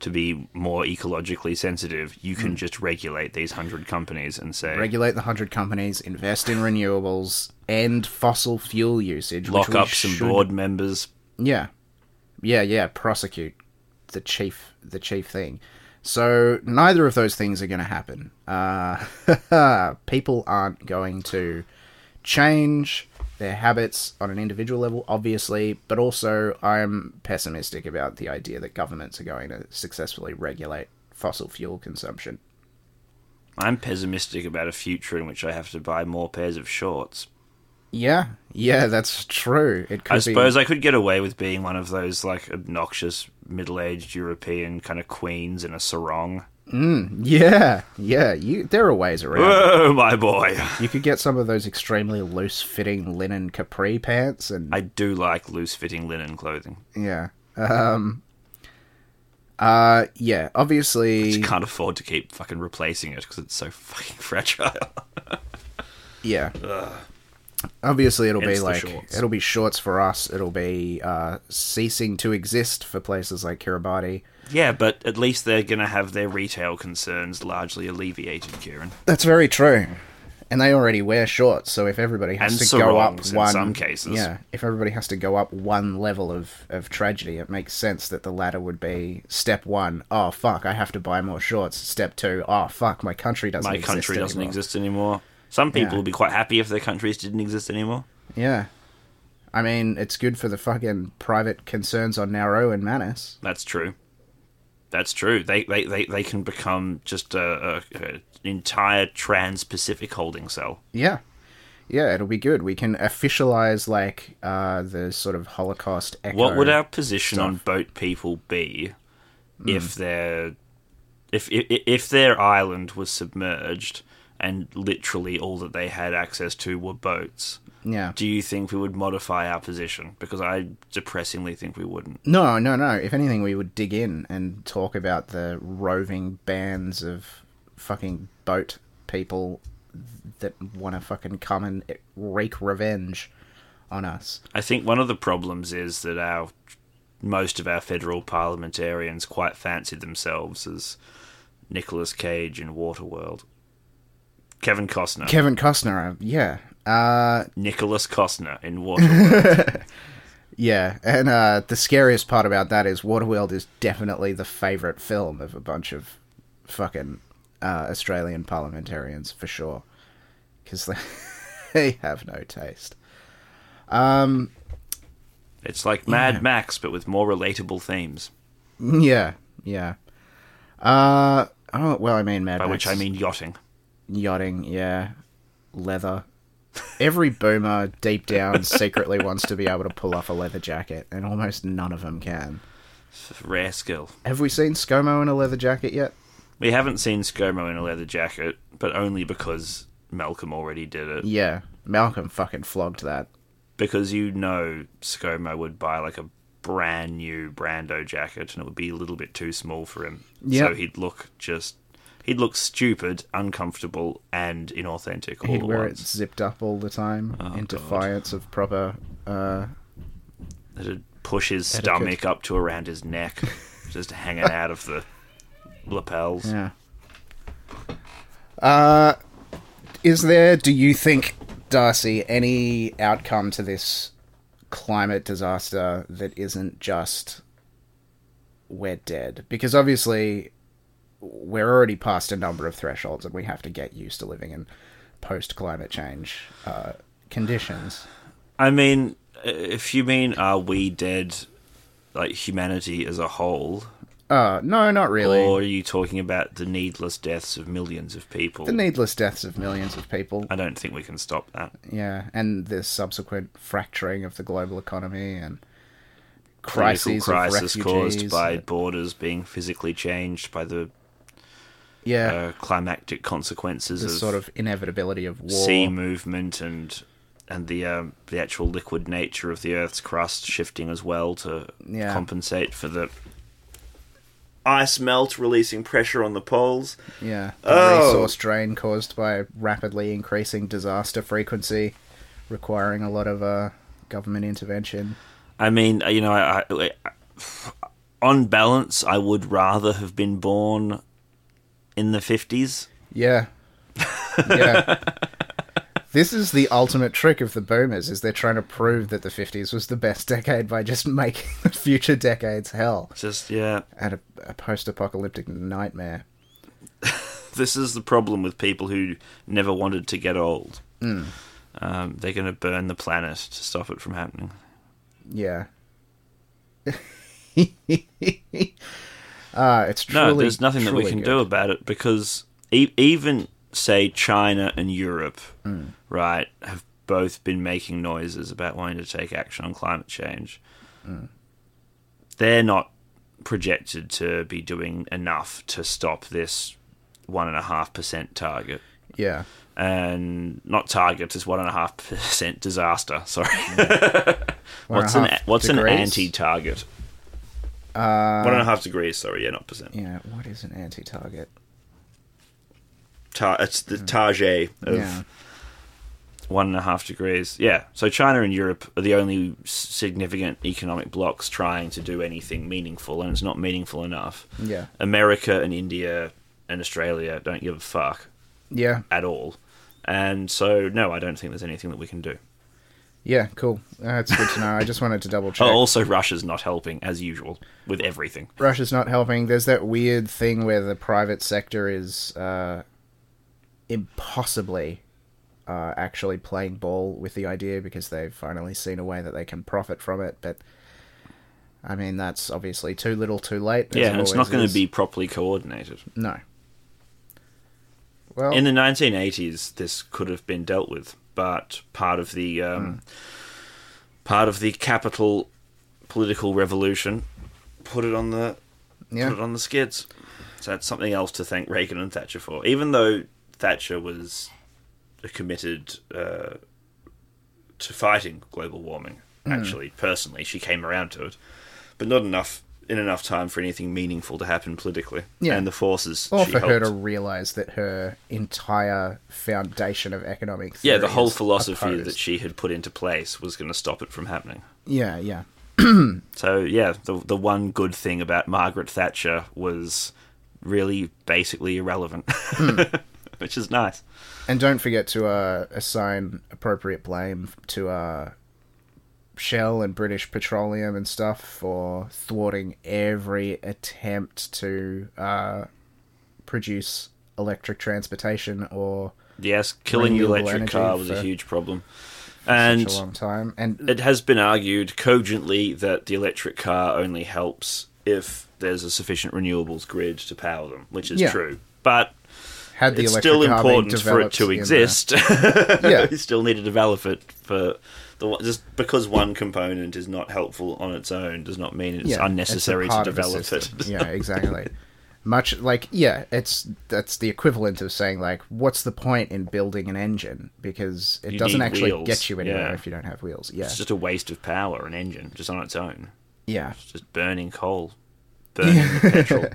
to be more ecologically sensitive, you Hmm. can just regulate these hundred companies and say Regulate the hundred companies, invest in renewables, end fossil fuel usage. lock which we up some should- board members. Yeah, yeah, yeah. Prosecute the chief, the chief thing. So neither of those things are going to happen. Uh, [LAUGHS] people aren't going to change their habits on an individual level, obviously, but also I'm pessimistic about the idea that governments are going to successfully regulate fossil fuel consumption. I'm pessimistic about a future in which I have to buy more pairs of shorts. Yeah, yeah, that's true. It could I be. suppose I could get away with being one of those like obnoxious middle-aged European kind of queens in a sarong. Yeah, yeah. You, there are ways around. it. Oh [LAUGHS] my boy. You could get some of those extremely loose fitting linen capri pants and I do like loose-fitting linen clothing. yeah. Um uh yeah, obviously Just can't afford to keep fucking replacing it because it's so fucking [LAUGHS] fragile. yeah. Obviously it'll Hence be the like shorts. it'll be shorts for us, it'll be uh ceasing to exist for places like Kiribati. yeah, but at least they're going to have their retail concerns largely alleviated, Kieran. That's very true. And they already wear shorts, so if everybody has And to go up sarongs in one some cases. Yeah. If everybody has to go up one level of, of tragedy, it makes sense that the ladder would be step one, oh fuck, I have to buy more shorts. Step two, oh fuck, my country doesn't My exist. country doesn't anymore. exist anymore. Some people Yeah. would be quite happy if their countries didn't exist anymore. Yeah. I mean, it's good for the fucking private concerns on Nauru and Manus. That's true. That's true. They they, they, they can become just a, a, a an entire trans-Pacific holding cell. Yeah. Yeah, it'll be good. We can officialize like uh, the sort of Holocaust echo. What would our position on boat people be if their if, if if their island was submerged and literally all that they had access to were boats. Yeah. Do you think we would modify our position? Because I depressingly think we wouldn't. No, no, no. If anything, we would dig in and talk about the roving bands of fucking boat people that want to fucking come and wreak revenge on us. I think one of the problems is that our most of our federal parliamentarians quite fancy themselves as Nicolas Cage in Waterworld. Kevin Costner. Kevin Costner, uh, yeah. Uh, Nicholas Costner in Waterworld. yeah. And uh, the scariest part about that is Waterworld is definitely the favourite film of a bunch of fucking uh, Australian parliamentarians, for sure. Because they, [LAUGHS] they have no taste. it's like Mad Max, but with more relatable themes. Yeah, yeah. Uh, oh, well, I mean, Mad By Max which I mean yachting. yachting, yeah, leather. Every boomer [LAUGHS] deep down secretly wants to be able to pull off a leather jacket, and almost none of them can. Rare skill. Have we seen ScoMo in a leather jacket yet? We haven't seen ScoMo in a leather jacket, but only because Malcolm already did it. Yeah, Malcolm fucking flogged that. Because you know ScoMo would buy like a brand new Brando jacket and it would be a little bit too small for him. Yep. So he'd look just he'd look stupid, uncomfortable, and inauthentic all He'd at wear it once. zipped up all the time in Oh, God. defiance of proper. Uh, It'd push his stomach up to around his neck, just hanging out of the lapels. yeah. Uh, is there? Do you think, Darcy, any outcome to this climate disaster that isn't just we're dead? Because obviously, we're already past a number of thresholds, and we have to get used to living in post-climate change uh, conditions. I mean, if you mean are we dead, like humanity as a whole, Uh, no, not really. Or are you talking about the needless deaths of millions of people? the needless deaths of millions of people. I don't think we can stop that. Yeah, and the subsequent fracturing of the global economy and Political crises crisis of refugees. uh, caused by borders being physically changed by the yeah, uh, climactic consequences the of sort of inevitability of war. sea movement and and the um, the actual liquid nature of the Earth's crust shifting as well to Yeah. compensate for the ice melt releasing pressure on the poles. Yeah, the Oh. resource drain caused by rapidly increasing disaster frequency, requiring a lot of uh, government intervention. I mean, uh, you know, I, I, on balance, I would rather have been born in the fifties. [LAUGHS] Yeah. Yeah. this is the ultimate trick of the boomers is they're trying to prove that the 50s was the best decade by just [LAUGHS] making the future decades hell Just yeah, and a, a post-apocalyptic nightmare. this is the problem with people who never wanted to get old. Um, they're going to burn the planet to stop it from happening. Yeah. [LAUGHS] uh, it's truly No, there's nothing that we truly can good. do about it because e- even say China and Europe, Mm. right, have both been making noises about wanting to take action on climate change. Mm. They're not projected to be doing enough to stop this one and a half percent target, Yeah. and not target is one and a half [LAUGHS] percent disaster. Sorry, One and what's a an half what's an degrees? Uh, anti-target? one and a half degrees. Sorry, yeah, not percent. Yeah, what is an anti-target? tar- it's the target of Mm. Yeah. one and a half degrees. Yeah. So China and Europe are the only s- significant economic blocs trying to do anything meaningful, and it's not meaningful enough. Yeah. America and India and Australia don't give a fuck Yeah. at all. And so, no, I don't think there's anything that we can do. Yeah, cool. That's good to know. I just wanted [LAUGHS] to double check. Oh, also, Russia's not helping, as usual, with everything. Russia's not helping. There's that weird thing where the private sector is uh, impossibly uh, actually playing ball with the idea because they've finally seen a way that they can profit from it. But I mean, that's obviously too little, too late. as yeah, it and it's always not going is. to be properly coordinated. no. Well, Oh. In the 1980s, this could have been dealt with, but part of the Hmm. um, part of the capital political revolution put it on the put Yeah. it on the skids. So that's something else to thank Reagan and Thatcher for. Even though Thatcher was committed uh, to fighting global warming, Hmm. actually, personally, she came around to it, but not enough in enough time for anything meaningful to happen politically. Yeah. And the forces Or she for her helped- to realize that her entire foundation of economic yeah, the theory whole is philosophy opposed. that she had put into place was going to stop it from happening. yeah, yeah, So yeah, the the one good thing about Margaret Thatcher was really basically irrelevant, Hmm. [LAUGHS] which is nice. and don't forget to uh, assign appropriate blame to uh, Shell and British Petroleum and stuff for thwarting every attempt to uh, produce electric transportation or Yes, killing the Renewable electric energy car was a for- huge problem, for a and long time. And it has been argued cogently that the electric car only helps if there's a sufficient renewables grid to power them, which is Yeah. true. But had the it's electric still car been important for it developed to in the- exist. [LAUGHS] Yeah. we still need to develop it for the one- just because one component is not helpful on its own does not mean it's Yeah, a unnecessary to part of a develop it. system. yeah, exactly. Much like yeah, it's that's the equivalent of saying like, what's the point in building an engine because it You doesn't need actually wheels, get you anywhere yeah. if you don't have wheels. [LAUGHS] Yeah, It's just a waste of power, an engine, just on its own. yeah, It's just burning [LAUGHS] coal, burning petrol,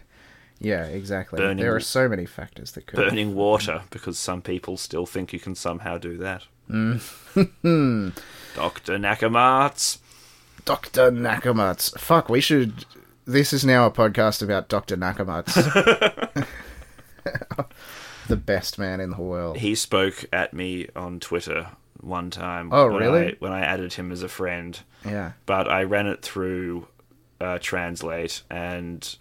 yeah, exactly. Burning- There are so many factors that could. burning water, because some people still think you can somehow do that. Mm-hmm. [LAUGHS] Dr. Nakamatsu. Doctor Nakamatsu. Fuck, we should. This is now a podcast about Doctor [LAUGHS] Nakamatsu. [LAUGHS] the best man in the world. he spoke at me on Twitter one time. Oh, when really? I- when I added him as a friend, Yeah. but I ran it through uh, Translate and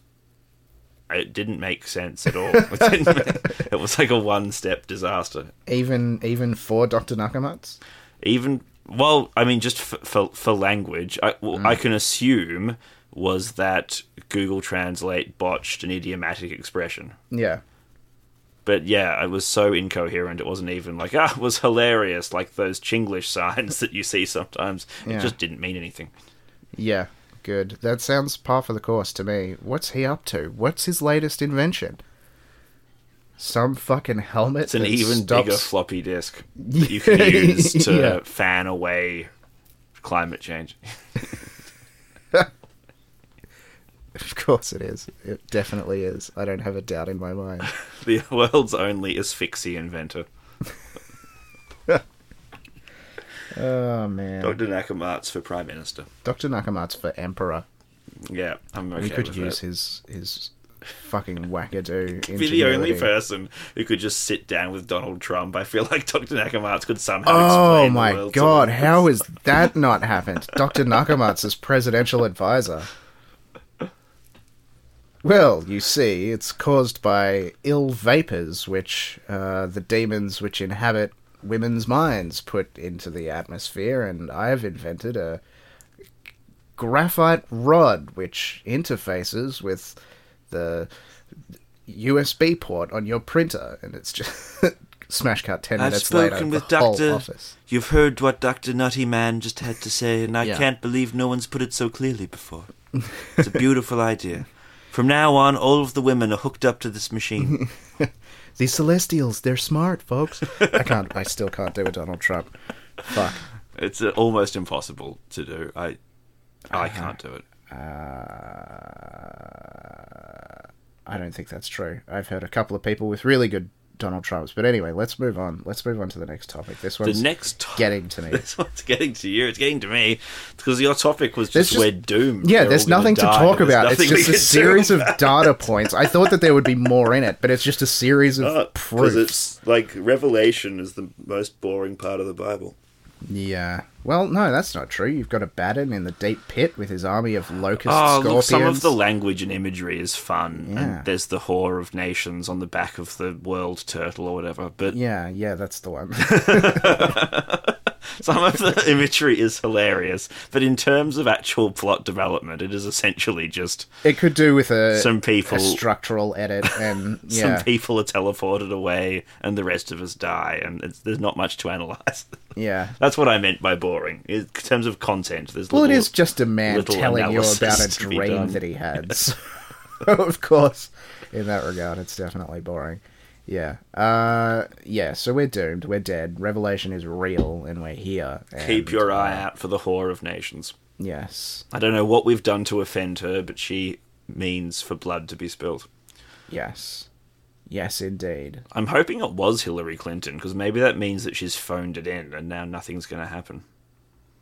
it didn't make sense at all. [LAUGHS] It, didn't make- it was like a one-step disaster. Even even for Doctor Nakamatsu. Even well, I mean, just f- for for language, I, well, I can assume was that Google Translate botched an idiomatic expression. Yeah. But yeah, it was so incoherent. It wasn't even like ah, it was hilarious, like those Chinglish [LAUGHS] signs that you see sometimes. Yeah. It just didn't mean anything. Yeah, good. That sounds par for the course to me. What's he up to? What's his latest invention? Some fucking helmet. It's an that even stops... bigger floppy disk that you can use to Yeah. fan away climate change. [LAUGHS] [LAUGHS] Of course, it is. It definitely is. I don't have a doubt in my mind. The world's only asphyxie inventor. Oh man, Dr. Nakamatsu for Prime Minister. Doctor Nakamatsu for emperor. Yeah, I'm okay we could with use that. his his fucking wackadoo. Be the only ingenuity. person who could just sit down with Donald Trump. I feel like [LAUGHS] Dr. Nakamatsu could somehow explain Oh the my world to god, us. [LAUGHS] how has that not happened? Dr. Nakamatsu's presidential advisor. Well, you see, it's caused by ill vapors, which uh, the demons which inhabit women's minds put into the atmosphere, and I have invented a graphite rod which interfaces with the USB port on your printer, and it's just [LAUGHS] smash cut 10 I've minutes later. spoken with the whole Dr. office. You've heard what Dr. Nutty Man just had to say, and I Yeah. can't believe no one's put it so clearly [LAUGHS] before. It's a beautiful idea. From now on, all of the women are hooked up to this machine. The Celestials, they're smart, folks. I can't. I still can't do a Donald Trump. Fuck. it's uh, almost impossible to do. I, Ah. I can't do it. I don't think that's true. I've heard a couple of people with really good Donald Trumps, but anyway, let's move on. Let's move on to the next topic. This The one's next to- [LAUGHS] getting to me. This one's getting to you. It's getting to me because your topic was There's just, just- we're doomed. Yeah, We're there's all gonna nothing to die. talk There's about. It's nothing we just can a do series of about data points. I thought that there would be more in it, but it's just a series of it. Uh, 'Cause proofs. it's like Revelation is the most boring part of the Bible. Yeah. Well, no, that's not true. You've got Abaddon in the deep pit with his army of locusts, scorpions. Oh, look, some of the language and imagery is fun, Yeah. and there's the whore of nations on the back of the world turtle or whatever. But yeah, yeah, that's the one. [LAUGHS] some of the [LAUGHS] imagery is hilarious. But in terms of actual plot development, it is essentially just It could do with a Some people- a structural edit and [LAUGHS] yeah some people are teleported away, and the rest of us die, and it's, there's not much to analyze. [LAUGHS] yeah. That's what I meant by boring. In terms of content, there's Well, it little- is just a man little telling you analysis about a to be dream done. that he had. so- [LAUGHS] of course, in that regard, it's definitely boring. Yeah. Uh, yeah, so we're doomed. We're dead. Revelation is real, and we're here. and- Keep your eye out for the whore of nations. Yes. I don't know what we've done to offend her, but she means for blood to be spilled. Yes. Yes, indeed. I'm hoping it was Hillary Clinton, because maybe that means that she's phoned it in and now nothing's going to happen.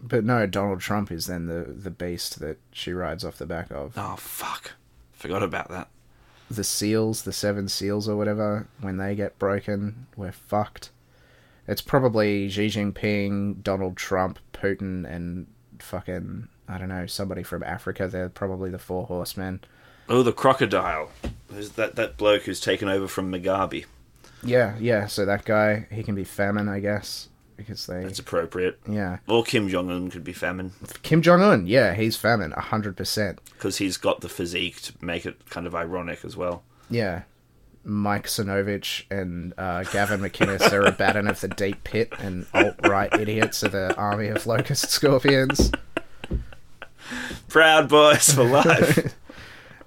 But no, Donald Trump is then the, the beast that she rides off the back of. Oh, fuck. Forgot about that. the seals, the seven seals or whatever, when they get broken, we're fucked. It's probably Xi Jinping, Donald Trump, Putin, and fucking, I don't know, somebody from Africa. They're probably the four horsemen. Oh, the crocodile. There's that, that bloke who's taken over from Mugabe. Yeah, yeah, so that guy, he can be famine, I guess, because they. That's appropriate. yeah. Or Kim Jong un could be famine, Kim Jong un, yeah, he's famine, 100%. because he's got the physique to make it kind of ironic as well. Yeah. Mike Sinovich and uh, Gavin McInnes are a baton of the deep pit, and alt right idiots are the army of locust scorpions. Proud Boys [LAUGHS] for life.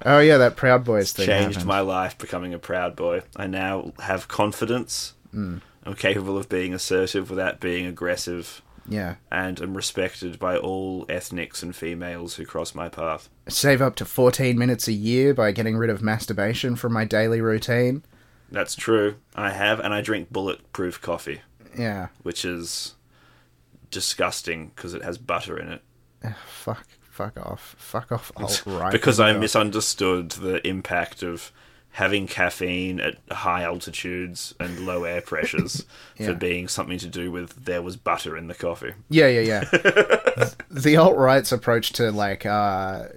Oh yeah, that Proud Boys thing Changed happened. my life becoming a Proud Boy. I now have confidence. Mm. I'm capable of being assertive without being aggressive. Yeah, and am respected by all ethnics and females who cross my path. save up to fourteen minutes a year by getting rid of masturbation from my daily routine. That's true. I have, and I drink bulletproof coffee, Yeah, which is disgusting because it has butter in it. fuck, fuck off, [LAUGHS] fuck off, alt right. Because I misunderstood the impact of having caffeine at high altitudes and low air pressures Yeah. for being something to do with there was butter in the coffee. Yeah, yeah, [LAUGHS] yeah. Th- the alt right's approach to like, uh,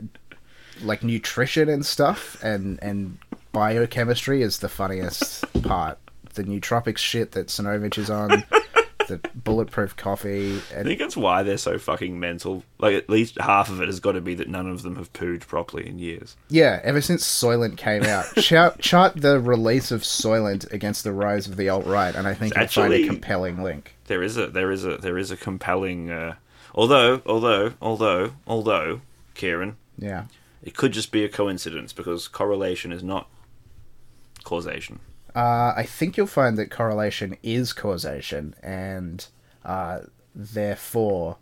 like nutrition and stuff, and and biochemistry is the funniest part. The nootropics shit that Sinovich is on, the bulletproof coffee, I and think that's why they're so fucking mental. Like, at least half of it has got to be that none of them have pooed properly in years. Yeah, ever since Soylent [LAUGHS] came out, chart, chart the release of Soylent against the rise of the alt right, and I think you'll find Actually- a compelling link. There is a there is a there is a compelling uh, although although although although Kieran, Yeah. it could just be a coincidence because correlation is not causation. Uh, I think you'll find that correlation is causation, and uh, therefore,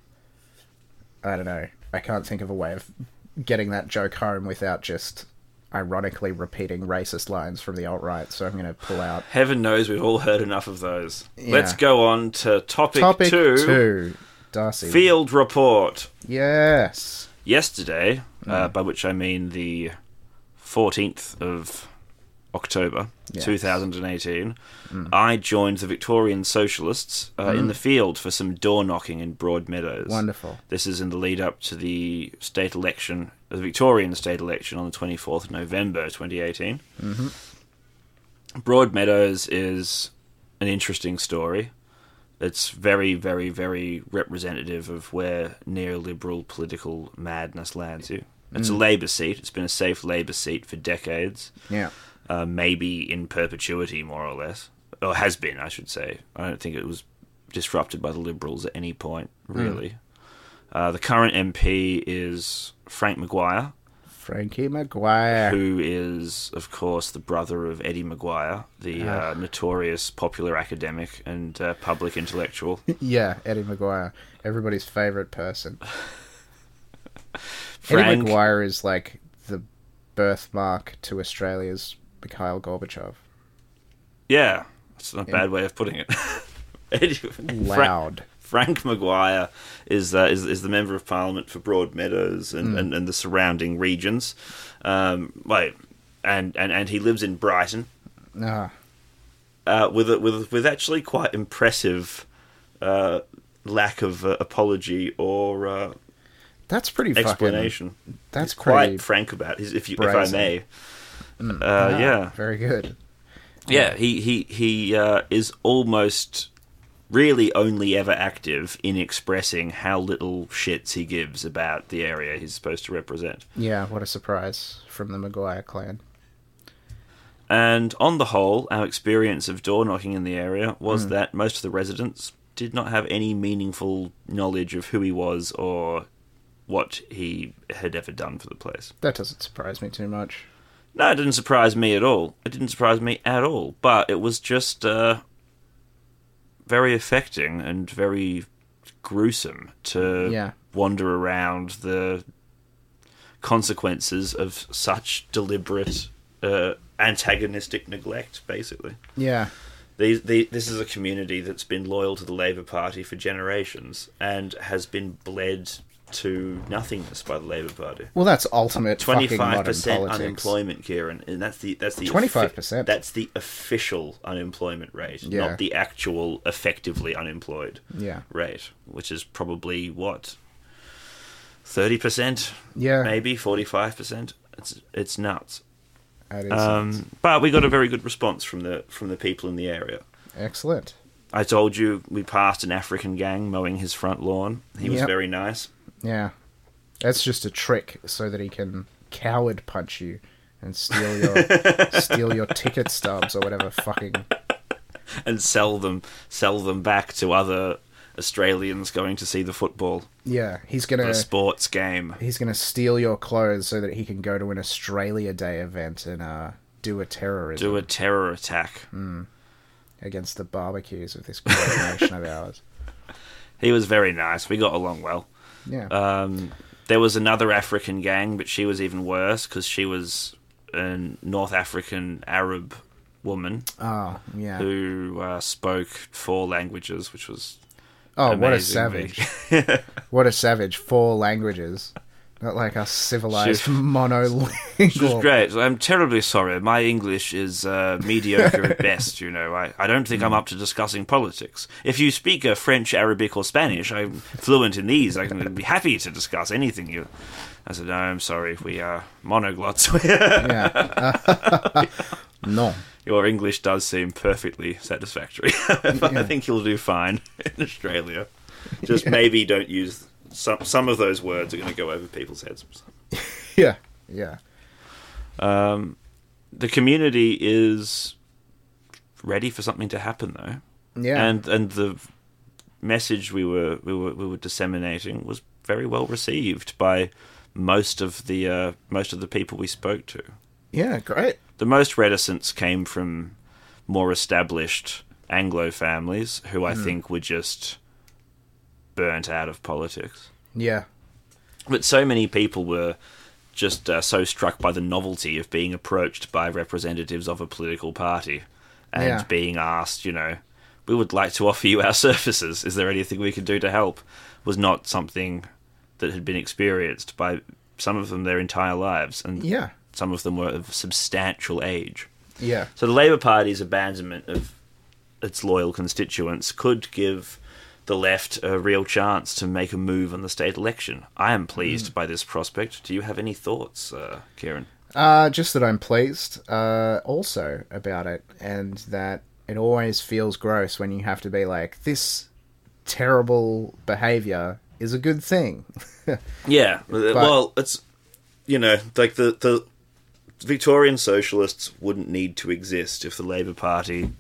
I don't know. I can't think of a way of getting that joke home without just ironically repeating racist lines from the alt right, so I'm going to pull out. Heaven knows we've all heard enough of those. Yeah. Let's go on to topic, Topic two, two Darcy. field report. yes. Yesterday, uh, Mm. by which I mean the fourteenth of October, Yes. Mm. 2018, I joined the Victorian Socialists uh, in the field for some door knocking in Broadmeadows. Wonderful. This is in the lead up to the state election, the Victorian state election on the 24th of November 2018. Mm-hmm. Broadmeadows is an interesting story. It's very, very, very representative of where neoliberal political madness lands you. It's a Labour seat. It's been a safe Labour seat for decades Yeah. uh, maybe in perpetuity, more or less, or has been, I should say. I don't think it was disrupted by the Liberals at any point, Hmm. really. Uh, the current MP is Frank Maguire, Frankie Maguire. who is, of course, the brother of Eddie Maguire, the uh, notorious popular academic and uh, public intellectual. Yeah, [LAUGHS] Eddie Maguire, everybody's favorite person. Eddie Frank, Maguire is like the birthmark to Australia's Mikhail Gorbachev. yeah, that's not a bad way of putting it. [LAUGHS] Eddie, Frank, Loud. Frank Maguire is, uh, is is the member of Parliament for Broadmeadows Hmm. and, and, and the surrounding regions. Um, wait, and, and and he lives in Brighton Ah, uh, with a, with with actually quite impressive uh, lack of uh, apology or uh, that's pretty explanation. fucking. That's He's quite pretty. frank about it, if you if I brazen. may. Uh, ah, yeah, Very good. yeah. He he he uh, is almost. Really, only ever active in expressing how little shits he gives about the area he's supposed to represent. Yeah, what a surprise from the Maguire clan. And on the whole, our experience of door knocking in the area was that most of the residents did not have any meaningful knowledge of who he was or what he had ever done for the place. That doesn't surprise me too much. No, it didn't surprise me at all. It didn't surprise me at all. But it was just uh, very affecting and very gruesome to Yeah. wander around the consequences of such deliberate uh, antagonistic neglect, basically. Yeah. These, the this is a community that's been loyal to the Labour Party for generations and has been bled to nothingness by the Labour Party. Well, that's ultimate fucking Twenty-five modern percent politics. unemployment, Kieran, and that's the that's the 25%? That's the official unemployment rate, Yeah. not the actual effectively unemployed Yeah. rate, which is probably what thirty percent, Yeah. maybe forty-five percent. It's it's nuts. That is Um, but we got a very good response from the from the people in the area. excellent. I told you we passed an African gang mowing his front lawn. He was Yep. very nice. Yeah. That's just a trick so that he can coward punch you and steal [LAUGHS] your steal your ticket stubs or whatever fucking and sell them sell them back to other Australians going to see the football Yeah, he's at gonna a sports game. he's gonna steal your clothes so that he can go to an Australia Day event and uh do a terrorism Do a terror attack. against the barbecues of this great nation of ours. He was very nice. We got along well. Yeah. Um, there was another African gang, but she was even worse because she was a North African Arab woman oh, yeah. who uh, spoke four languages, which was Oh, what a amazing. savage. [LAUGHS] What a savage. Four languages. Not like us civilized She was- monolingual. Which is great. I'm terribly sorry. My English is uh, mediocre at best, you know. I, I don't think I'm up to discussing politics. If you speak uh, French, Arabic, or Spanish, I'm fluent in these. I can be happy to discuss anything you. I said, no, I'm sorry. We are monoglots. Yeah. [LAUGHS] no. [LAUGHS] Your English does seem perfectly satisfactory. [LAUGHS] But I think you'll do fine in Australia. Just maybe don't use. Some, some of those words are going to go over people's heads. Yeah. Yeah. Um, The community is ready for something to happen, though. Yeah. and and the message we were we were we were disseminating was very well received by most of the uh, most of the people we spoke to. yeah, great. The most reticence came from more established Anglo families who I think were just burnt out of politics. Yeah. But so many people were just uh, so struck by the novelty of being approached by representatives of a political party and Yeah. being asked, you know, we would like to offer you our [LAUGHS] services. Is there anything we can do to help? Was not something that had been experienced by some of them their entire lives, and Yeah. some of them were of substantial age. Yeah. So the Labour Party's abandonment of its loyal constituents could give the left a real chance to make a move on the state election. I am pleased by this prospect. Do you have any thoughts, uh, Kieran? Uh, just that I'm pleased uh, also about it, and that it always feels gross when you have to be like, this terrible behavior is a good thing. [LAUGHS] Yeah. uh, well, it's you know, like the the Victorian socialists wouldn't need to exist if the Labour Party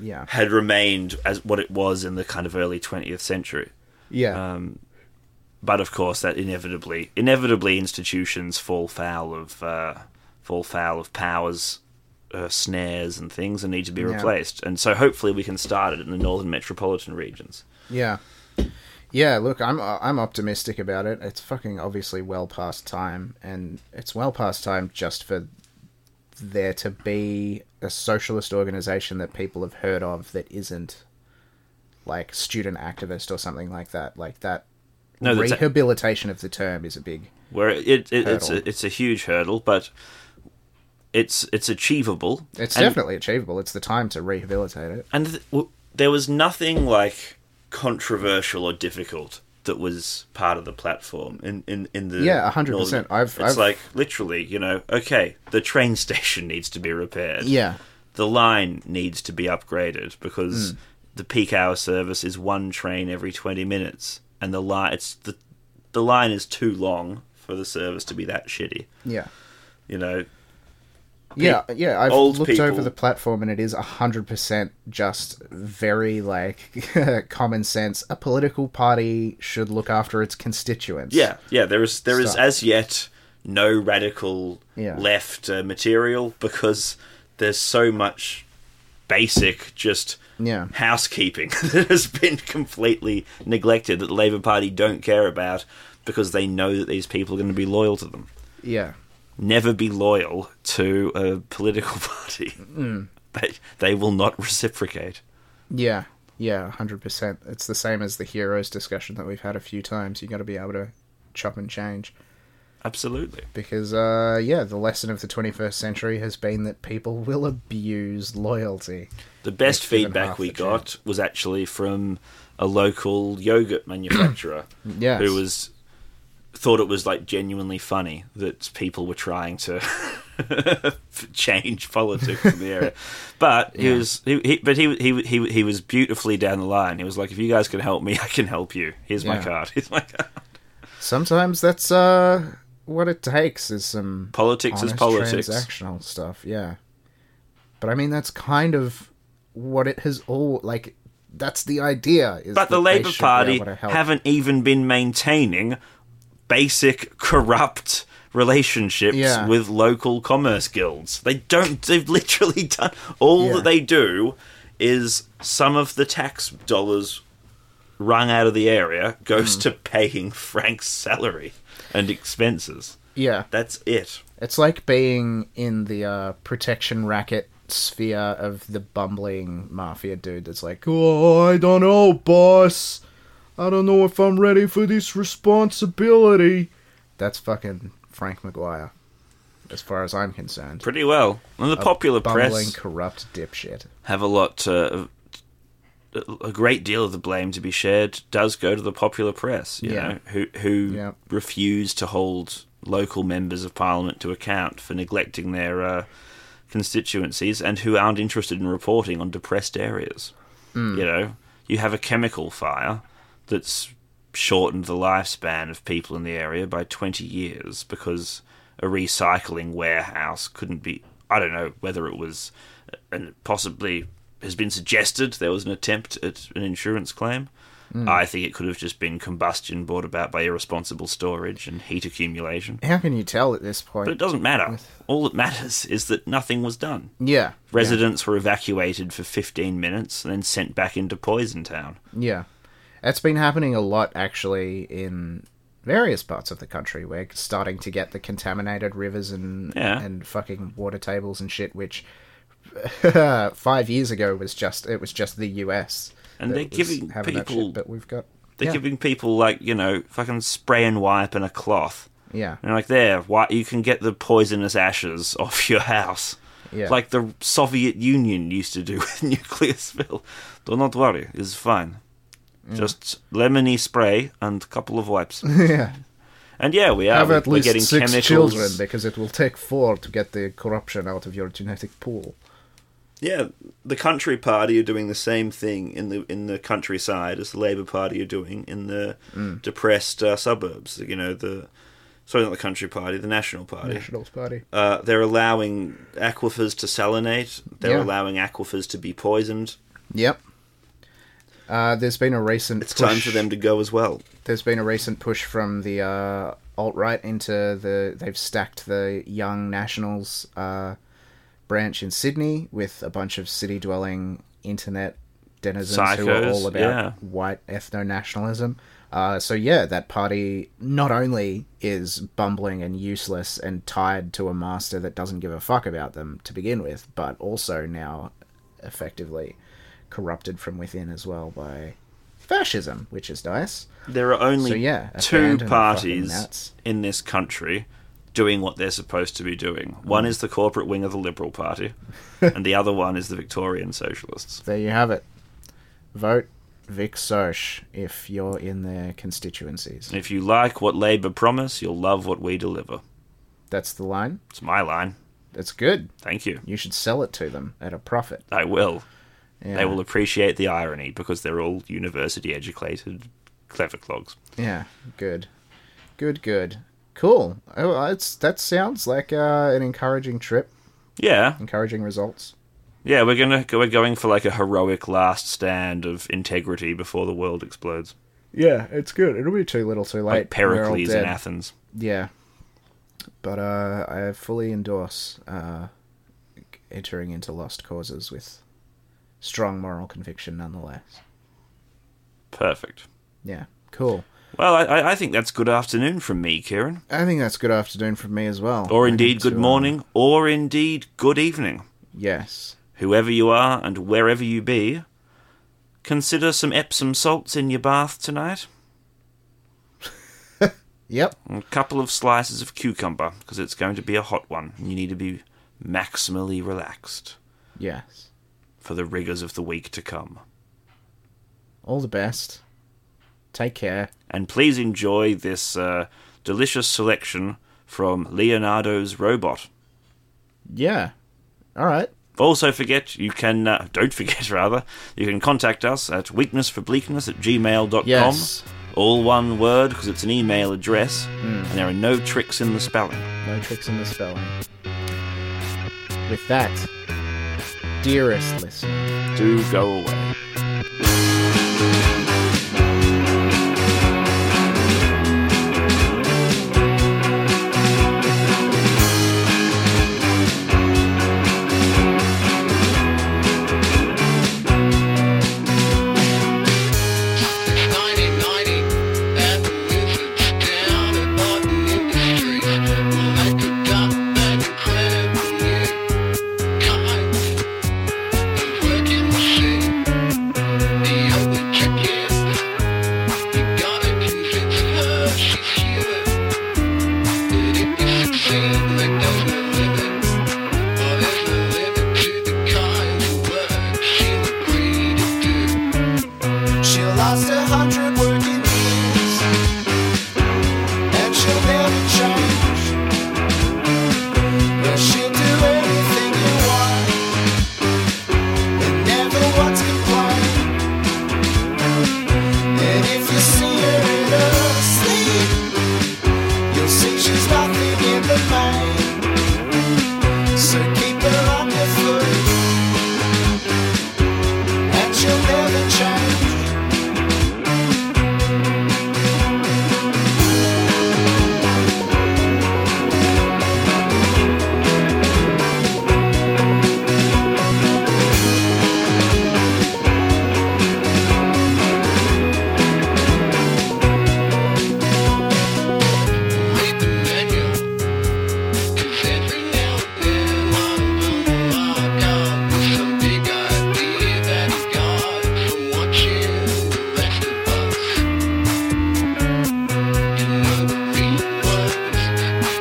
yeah. had remained as what it was in the kind of early 20th century. Yeah. but of course that inevitably inevitably institutions fall foul of uh, fall foul of powers uh, snares and things and need to be replaced and so hopefully we can start it in the northern metropolitan regions yeah. Yeah, look, I'm uh, I'm optimistic about it. It's fucking obviously well past time, and it's well past time just for there to be a socialist organization that people have heard of that isn't like student activist or something like that. Like that No, that's a- rehabilitation of the term is a big where it, it, it's Hurdle. a, it's a huge hurdle but it's it's achievable it's And- definitely achievable. It's the time to rehabilitate it. And th- w- there was nothing like controversial or difficult that was part of the platform in in, in the Yeah, 100%. northern- I've- it's I've- like literally, you know, okay, the train [LAUGHS] station needs to be repaired. Yeah. the line needs to be upgraded Hmm. because the peak hour service is one train every twenty minutes, and the line it's the the line is too long for the service to be that shitty. Yeah. You know, Yeah, yeah. I've old looked people- over the platform, and it is hundred percent just very like [LAUGHS] common sense. A political party should look after its constituents. Yeah, yeah. There is there is stuff. as yet no radical Yeah. left uh, material because there's so much basic just Yeah. housekeeping [LAUGHS] that has been completely neglected that the Labour Party don't care about because they know that these people are going to be loyal to them. Yeah. Never be loyal to a political [LAUGHS] party. Mm. They, they will not reciprocate. Yeah. Yeah, 100%. It's the same as the heroes discussion that we've had a few times. you got to be able to chop and change. Absolutely. Because, uh, yeah, the lesson of the 21st century has been that people will abuse loyalty. The best They've given feedback half we the got was actually from a local yogurt [COUGHS] manufacturer Yes. who was thought it was like genuinely funny that people were trying to [LAUGHS] change politics in the [LAUGHS] area. But he was he, he but he, he he he was beautifully down the line. He was like if you guys can help me, I can help you. Here's my Yeah. card. [LAUGHS] Here's my card. Sometimes that's, uh, what it takes is some Politics honest is politics. transactional stuff, yeah. But I mean, that's kind of what it has all, like, that's the idea. Is But the that they Labour should be Party able to help. haven't even been maintaining basic corrupt relationships Yeah. with local commerce guilds. They don't. They've literally [LAUGHS] done all Yeah. that they do is some of the tax dollars wrung out of the area goes Mm. to paying [LAUGHS] Frank's salary and expenses. Yeah. That's it. It's like being in the uh, protection racket sphere of the bumbling mafia dude that's like, oh, I don't know, boss. I don't know if I'm ready for this responsibility. That's fucking Frank McGuire, as far as I'm concerned. Pretty well. And the popular bumbling, press corrupt dipshit. have a lot, uh, a great deal of the blame to be shared does go to the popular press, you Yeah. know, who who Yeah. refuse to hold local members of parliament to account for neglecting their uh, constituencies and who aren't interested in reporting on depressed areas. You know, you have a chemical fire that's shortened the lifespan of people in the area by 20 years because a recycling warehouse couldn't be. I don't know whether it was, uh, and it possibly has been suggested there was an attempt at an insurance claim. I think it could have just been combustion brought about by irresponsible storage and heat accumulation. How can you tell at this point? But it doesn't matter. All that matters [LAUGHS] is that nothing was done. yeah. Residents were evacuated for 15 minutes and then sent back into Poison Town. Yeah. That's been happening a lot actually in various parts of the country. We're starting to get the contaminated rivers and Yeah. and fucking water tables and shit which [LAUGHS] 5 years ago was just it was just the US. And that they're was giving having that people- shit, but we've got They're yeah, giving people, like, you know, fucking spray and wipe and a cloth. yeah. And like, there, why, you can get the poisonous ashes [LAUGHS] off your house. Yeah. Like the Soviet Union used to do [LAUGHS] with nuclear spill. Do not worry, it's fine. Mm. Just lemony spray and a couple of [LAUGHS] wipes. [LAUGHS] yeah. and yeah, we are. Have Uh, we're, at least getting six chemicals. children because it will take four to get the corruption out of your genetic pool. Yeah, the Country Party are doing the same thing in the in the countryside as the Labour Party are doing in the Mm. depressed uh, suburbs. You know, the sorry, not the Country Party, the National Party. Nationals party. Uh, they're allowing aquifers to salinate. They're Yeah. allowing aquifers to be poisoned. Yep. Uh, there's been a recent It's time for push- them to go as well. there's been a recent push from the uh, alt right into the they've stacked the Young Nationals uh, branch in Sydney with a bunch of city dwelling internet denizens who are Psychos, all about yeah. white ethno nationalism. Uh, so yeah, that party not only is bumbling and useless and tied to a master that doesn't give a fuck about them to begin with, but also now effectively corrupted from within as well by fascism, which is nice. There are only So, yeah, two abandon the fucking parties nuts. in this country doing what they're supposed to be doing. Mm. One is the corporate wing of the Liberal [LAUGHS] Party, and the other one is the Victorian Socialists. There you have it. Vote Vic Soch if you're in their constituencies. If you like what Labour promise, you'll love what we deliver. That's the line. It's my line. That's good. Thank you. You should sell it to them at a profit. I will. Yeah. They will appreciate the irony because they're all university educated clever clogs. Yeah. Good. Good. Good. Cool. Oh, it's that sounds like uh, an encouraging trip. Yeah. Encouraging results. Yeah, we're gonna we're going for like a heroic last stand of integrity before the world explodes. Yeah, it's good. It'll be too little, too late. Like We're all Pericles in dead. Athens. Yeah. But uh, I fully endorse uh, entering into lost causes with strong moral conviction nonetheless. Perfect. Yeah, cool. Well, I- I, I think that's good afternoon from me, Kieran. I think that's good afternoon from me as well. Or I need indeed good to, uh, morning, or indeed good evening. yes. Whoever you are and wherever you be, consider some Epsom salts in your bath tonight. Yep. and A couple of slices of cucumber, because it's going to be a hot one. and You need to be maximally relaxed Yes. for the rigours of the week to come. All the best. Take care. And please enjoy this uh, delicious selection from Leonardo's Robot. Yeah. All right. Also, forget you can uh, don't forget [LAUGHS] rather you can contact us at weaknessforbleakness at gmail.com. Yes. All one word because it's an email address, and there are no tricks in the spelling. No tricks in the spelling. With that, dearest listener. Do go away. Thank you She lost a hundred working years, and she'll never change. But she'll do anything you want, and never once complain. And if you see her in her sleep, you'll see she's nothing in the main. So keep her on your foot, and she'll never change. Read the menu, 'cause every now and then I'm blown out with some big idea that he got from watching the rest of us. You know the reason was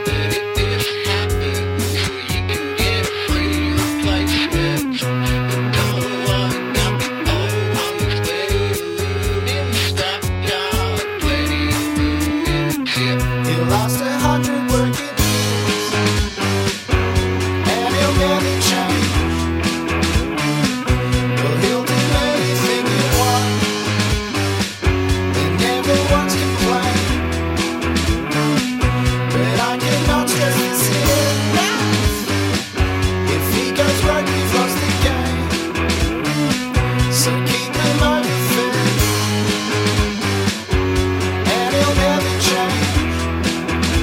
that if this happens, we can get free replacements. The old one got the old one who's playing in the stockyard, playing in the tip. He lost a hundred working years, and he'll never change. Well, he'll do anything you want, and never once complain. But I cannot stress this enough. If he goes right, we've lost the game. So keep him on your feet, and he'll never change.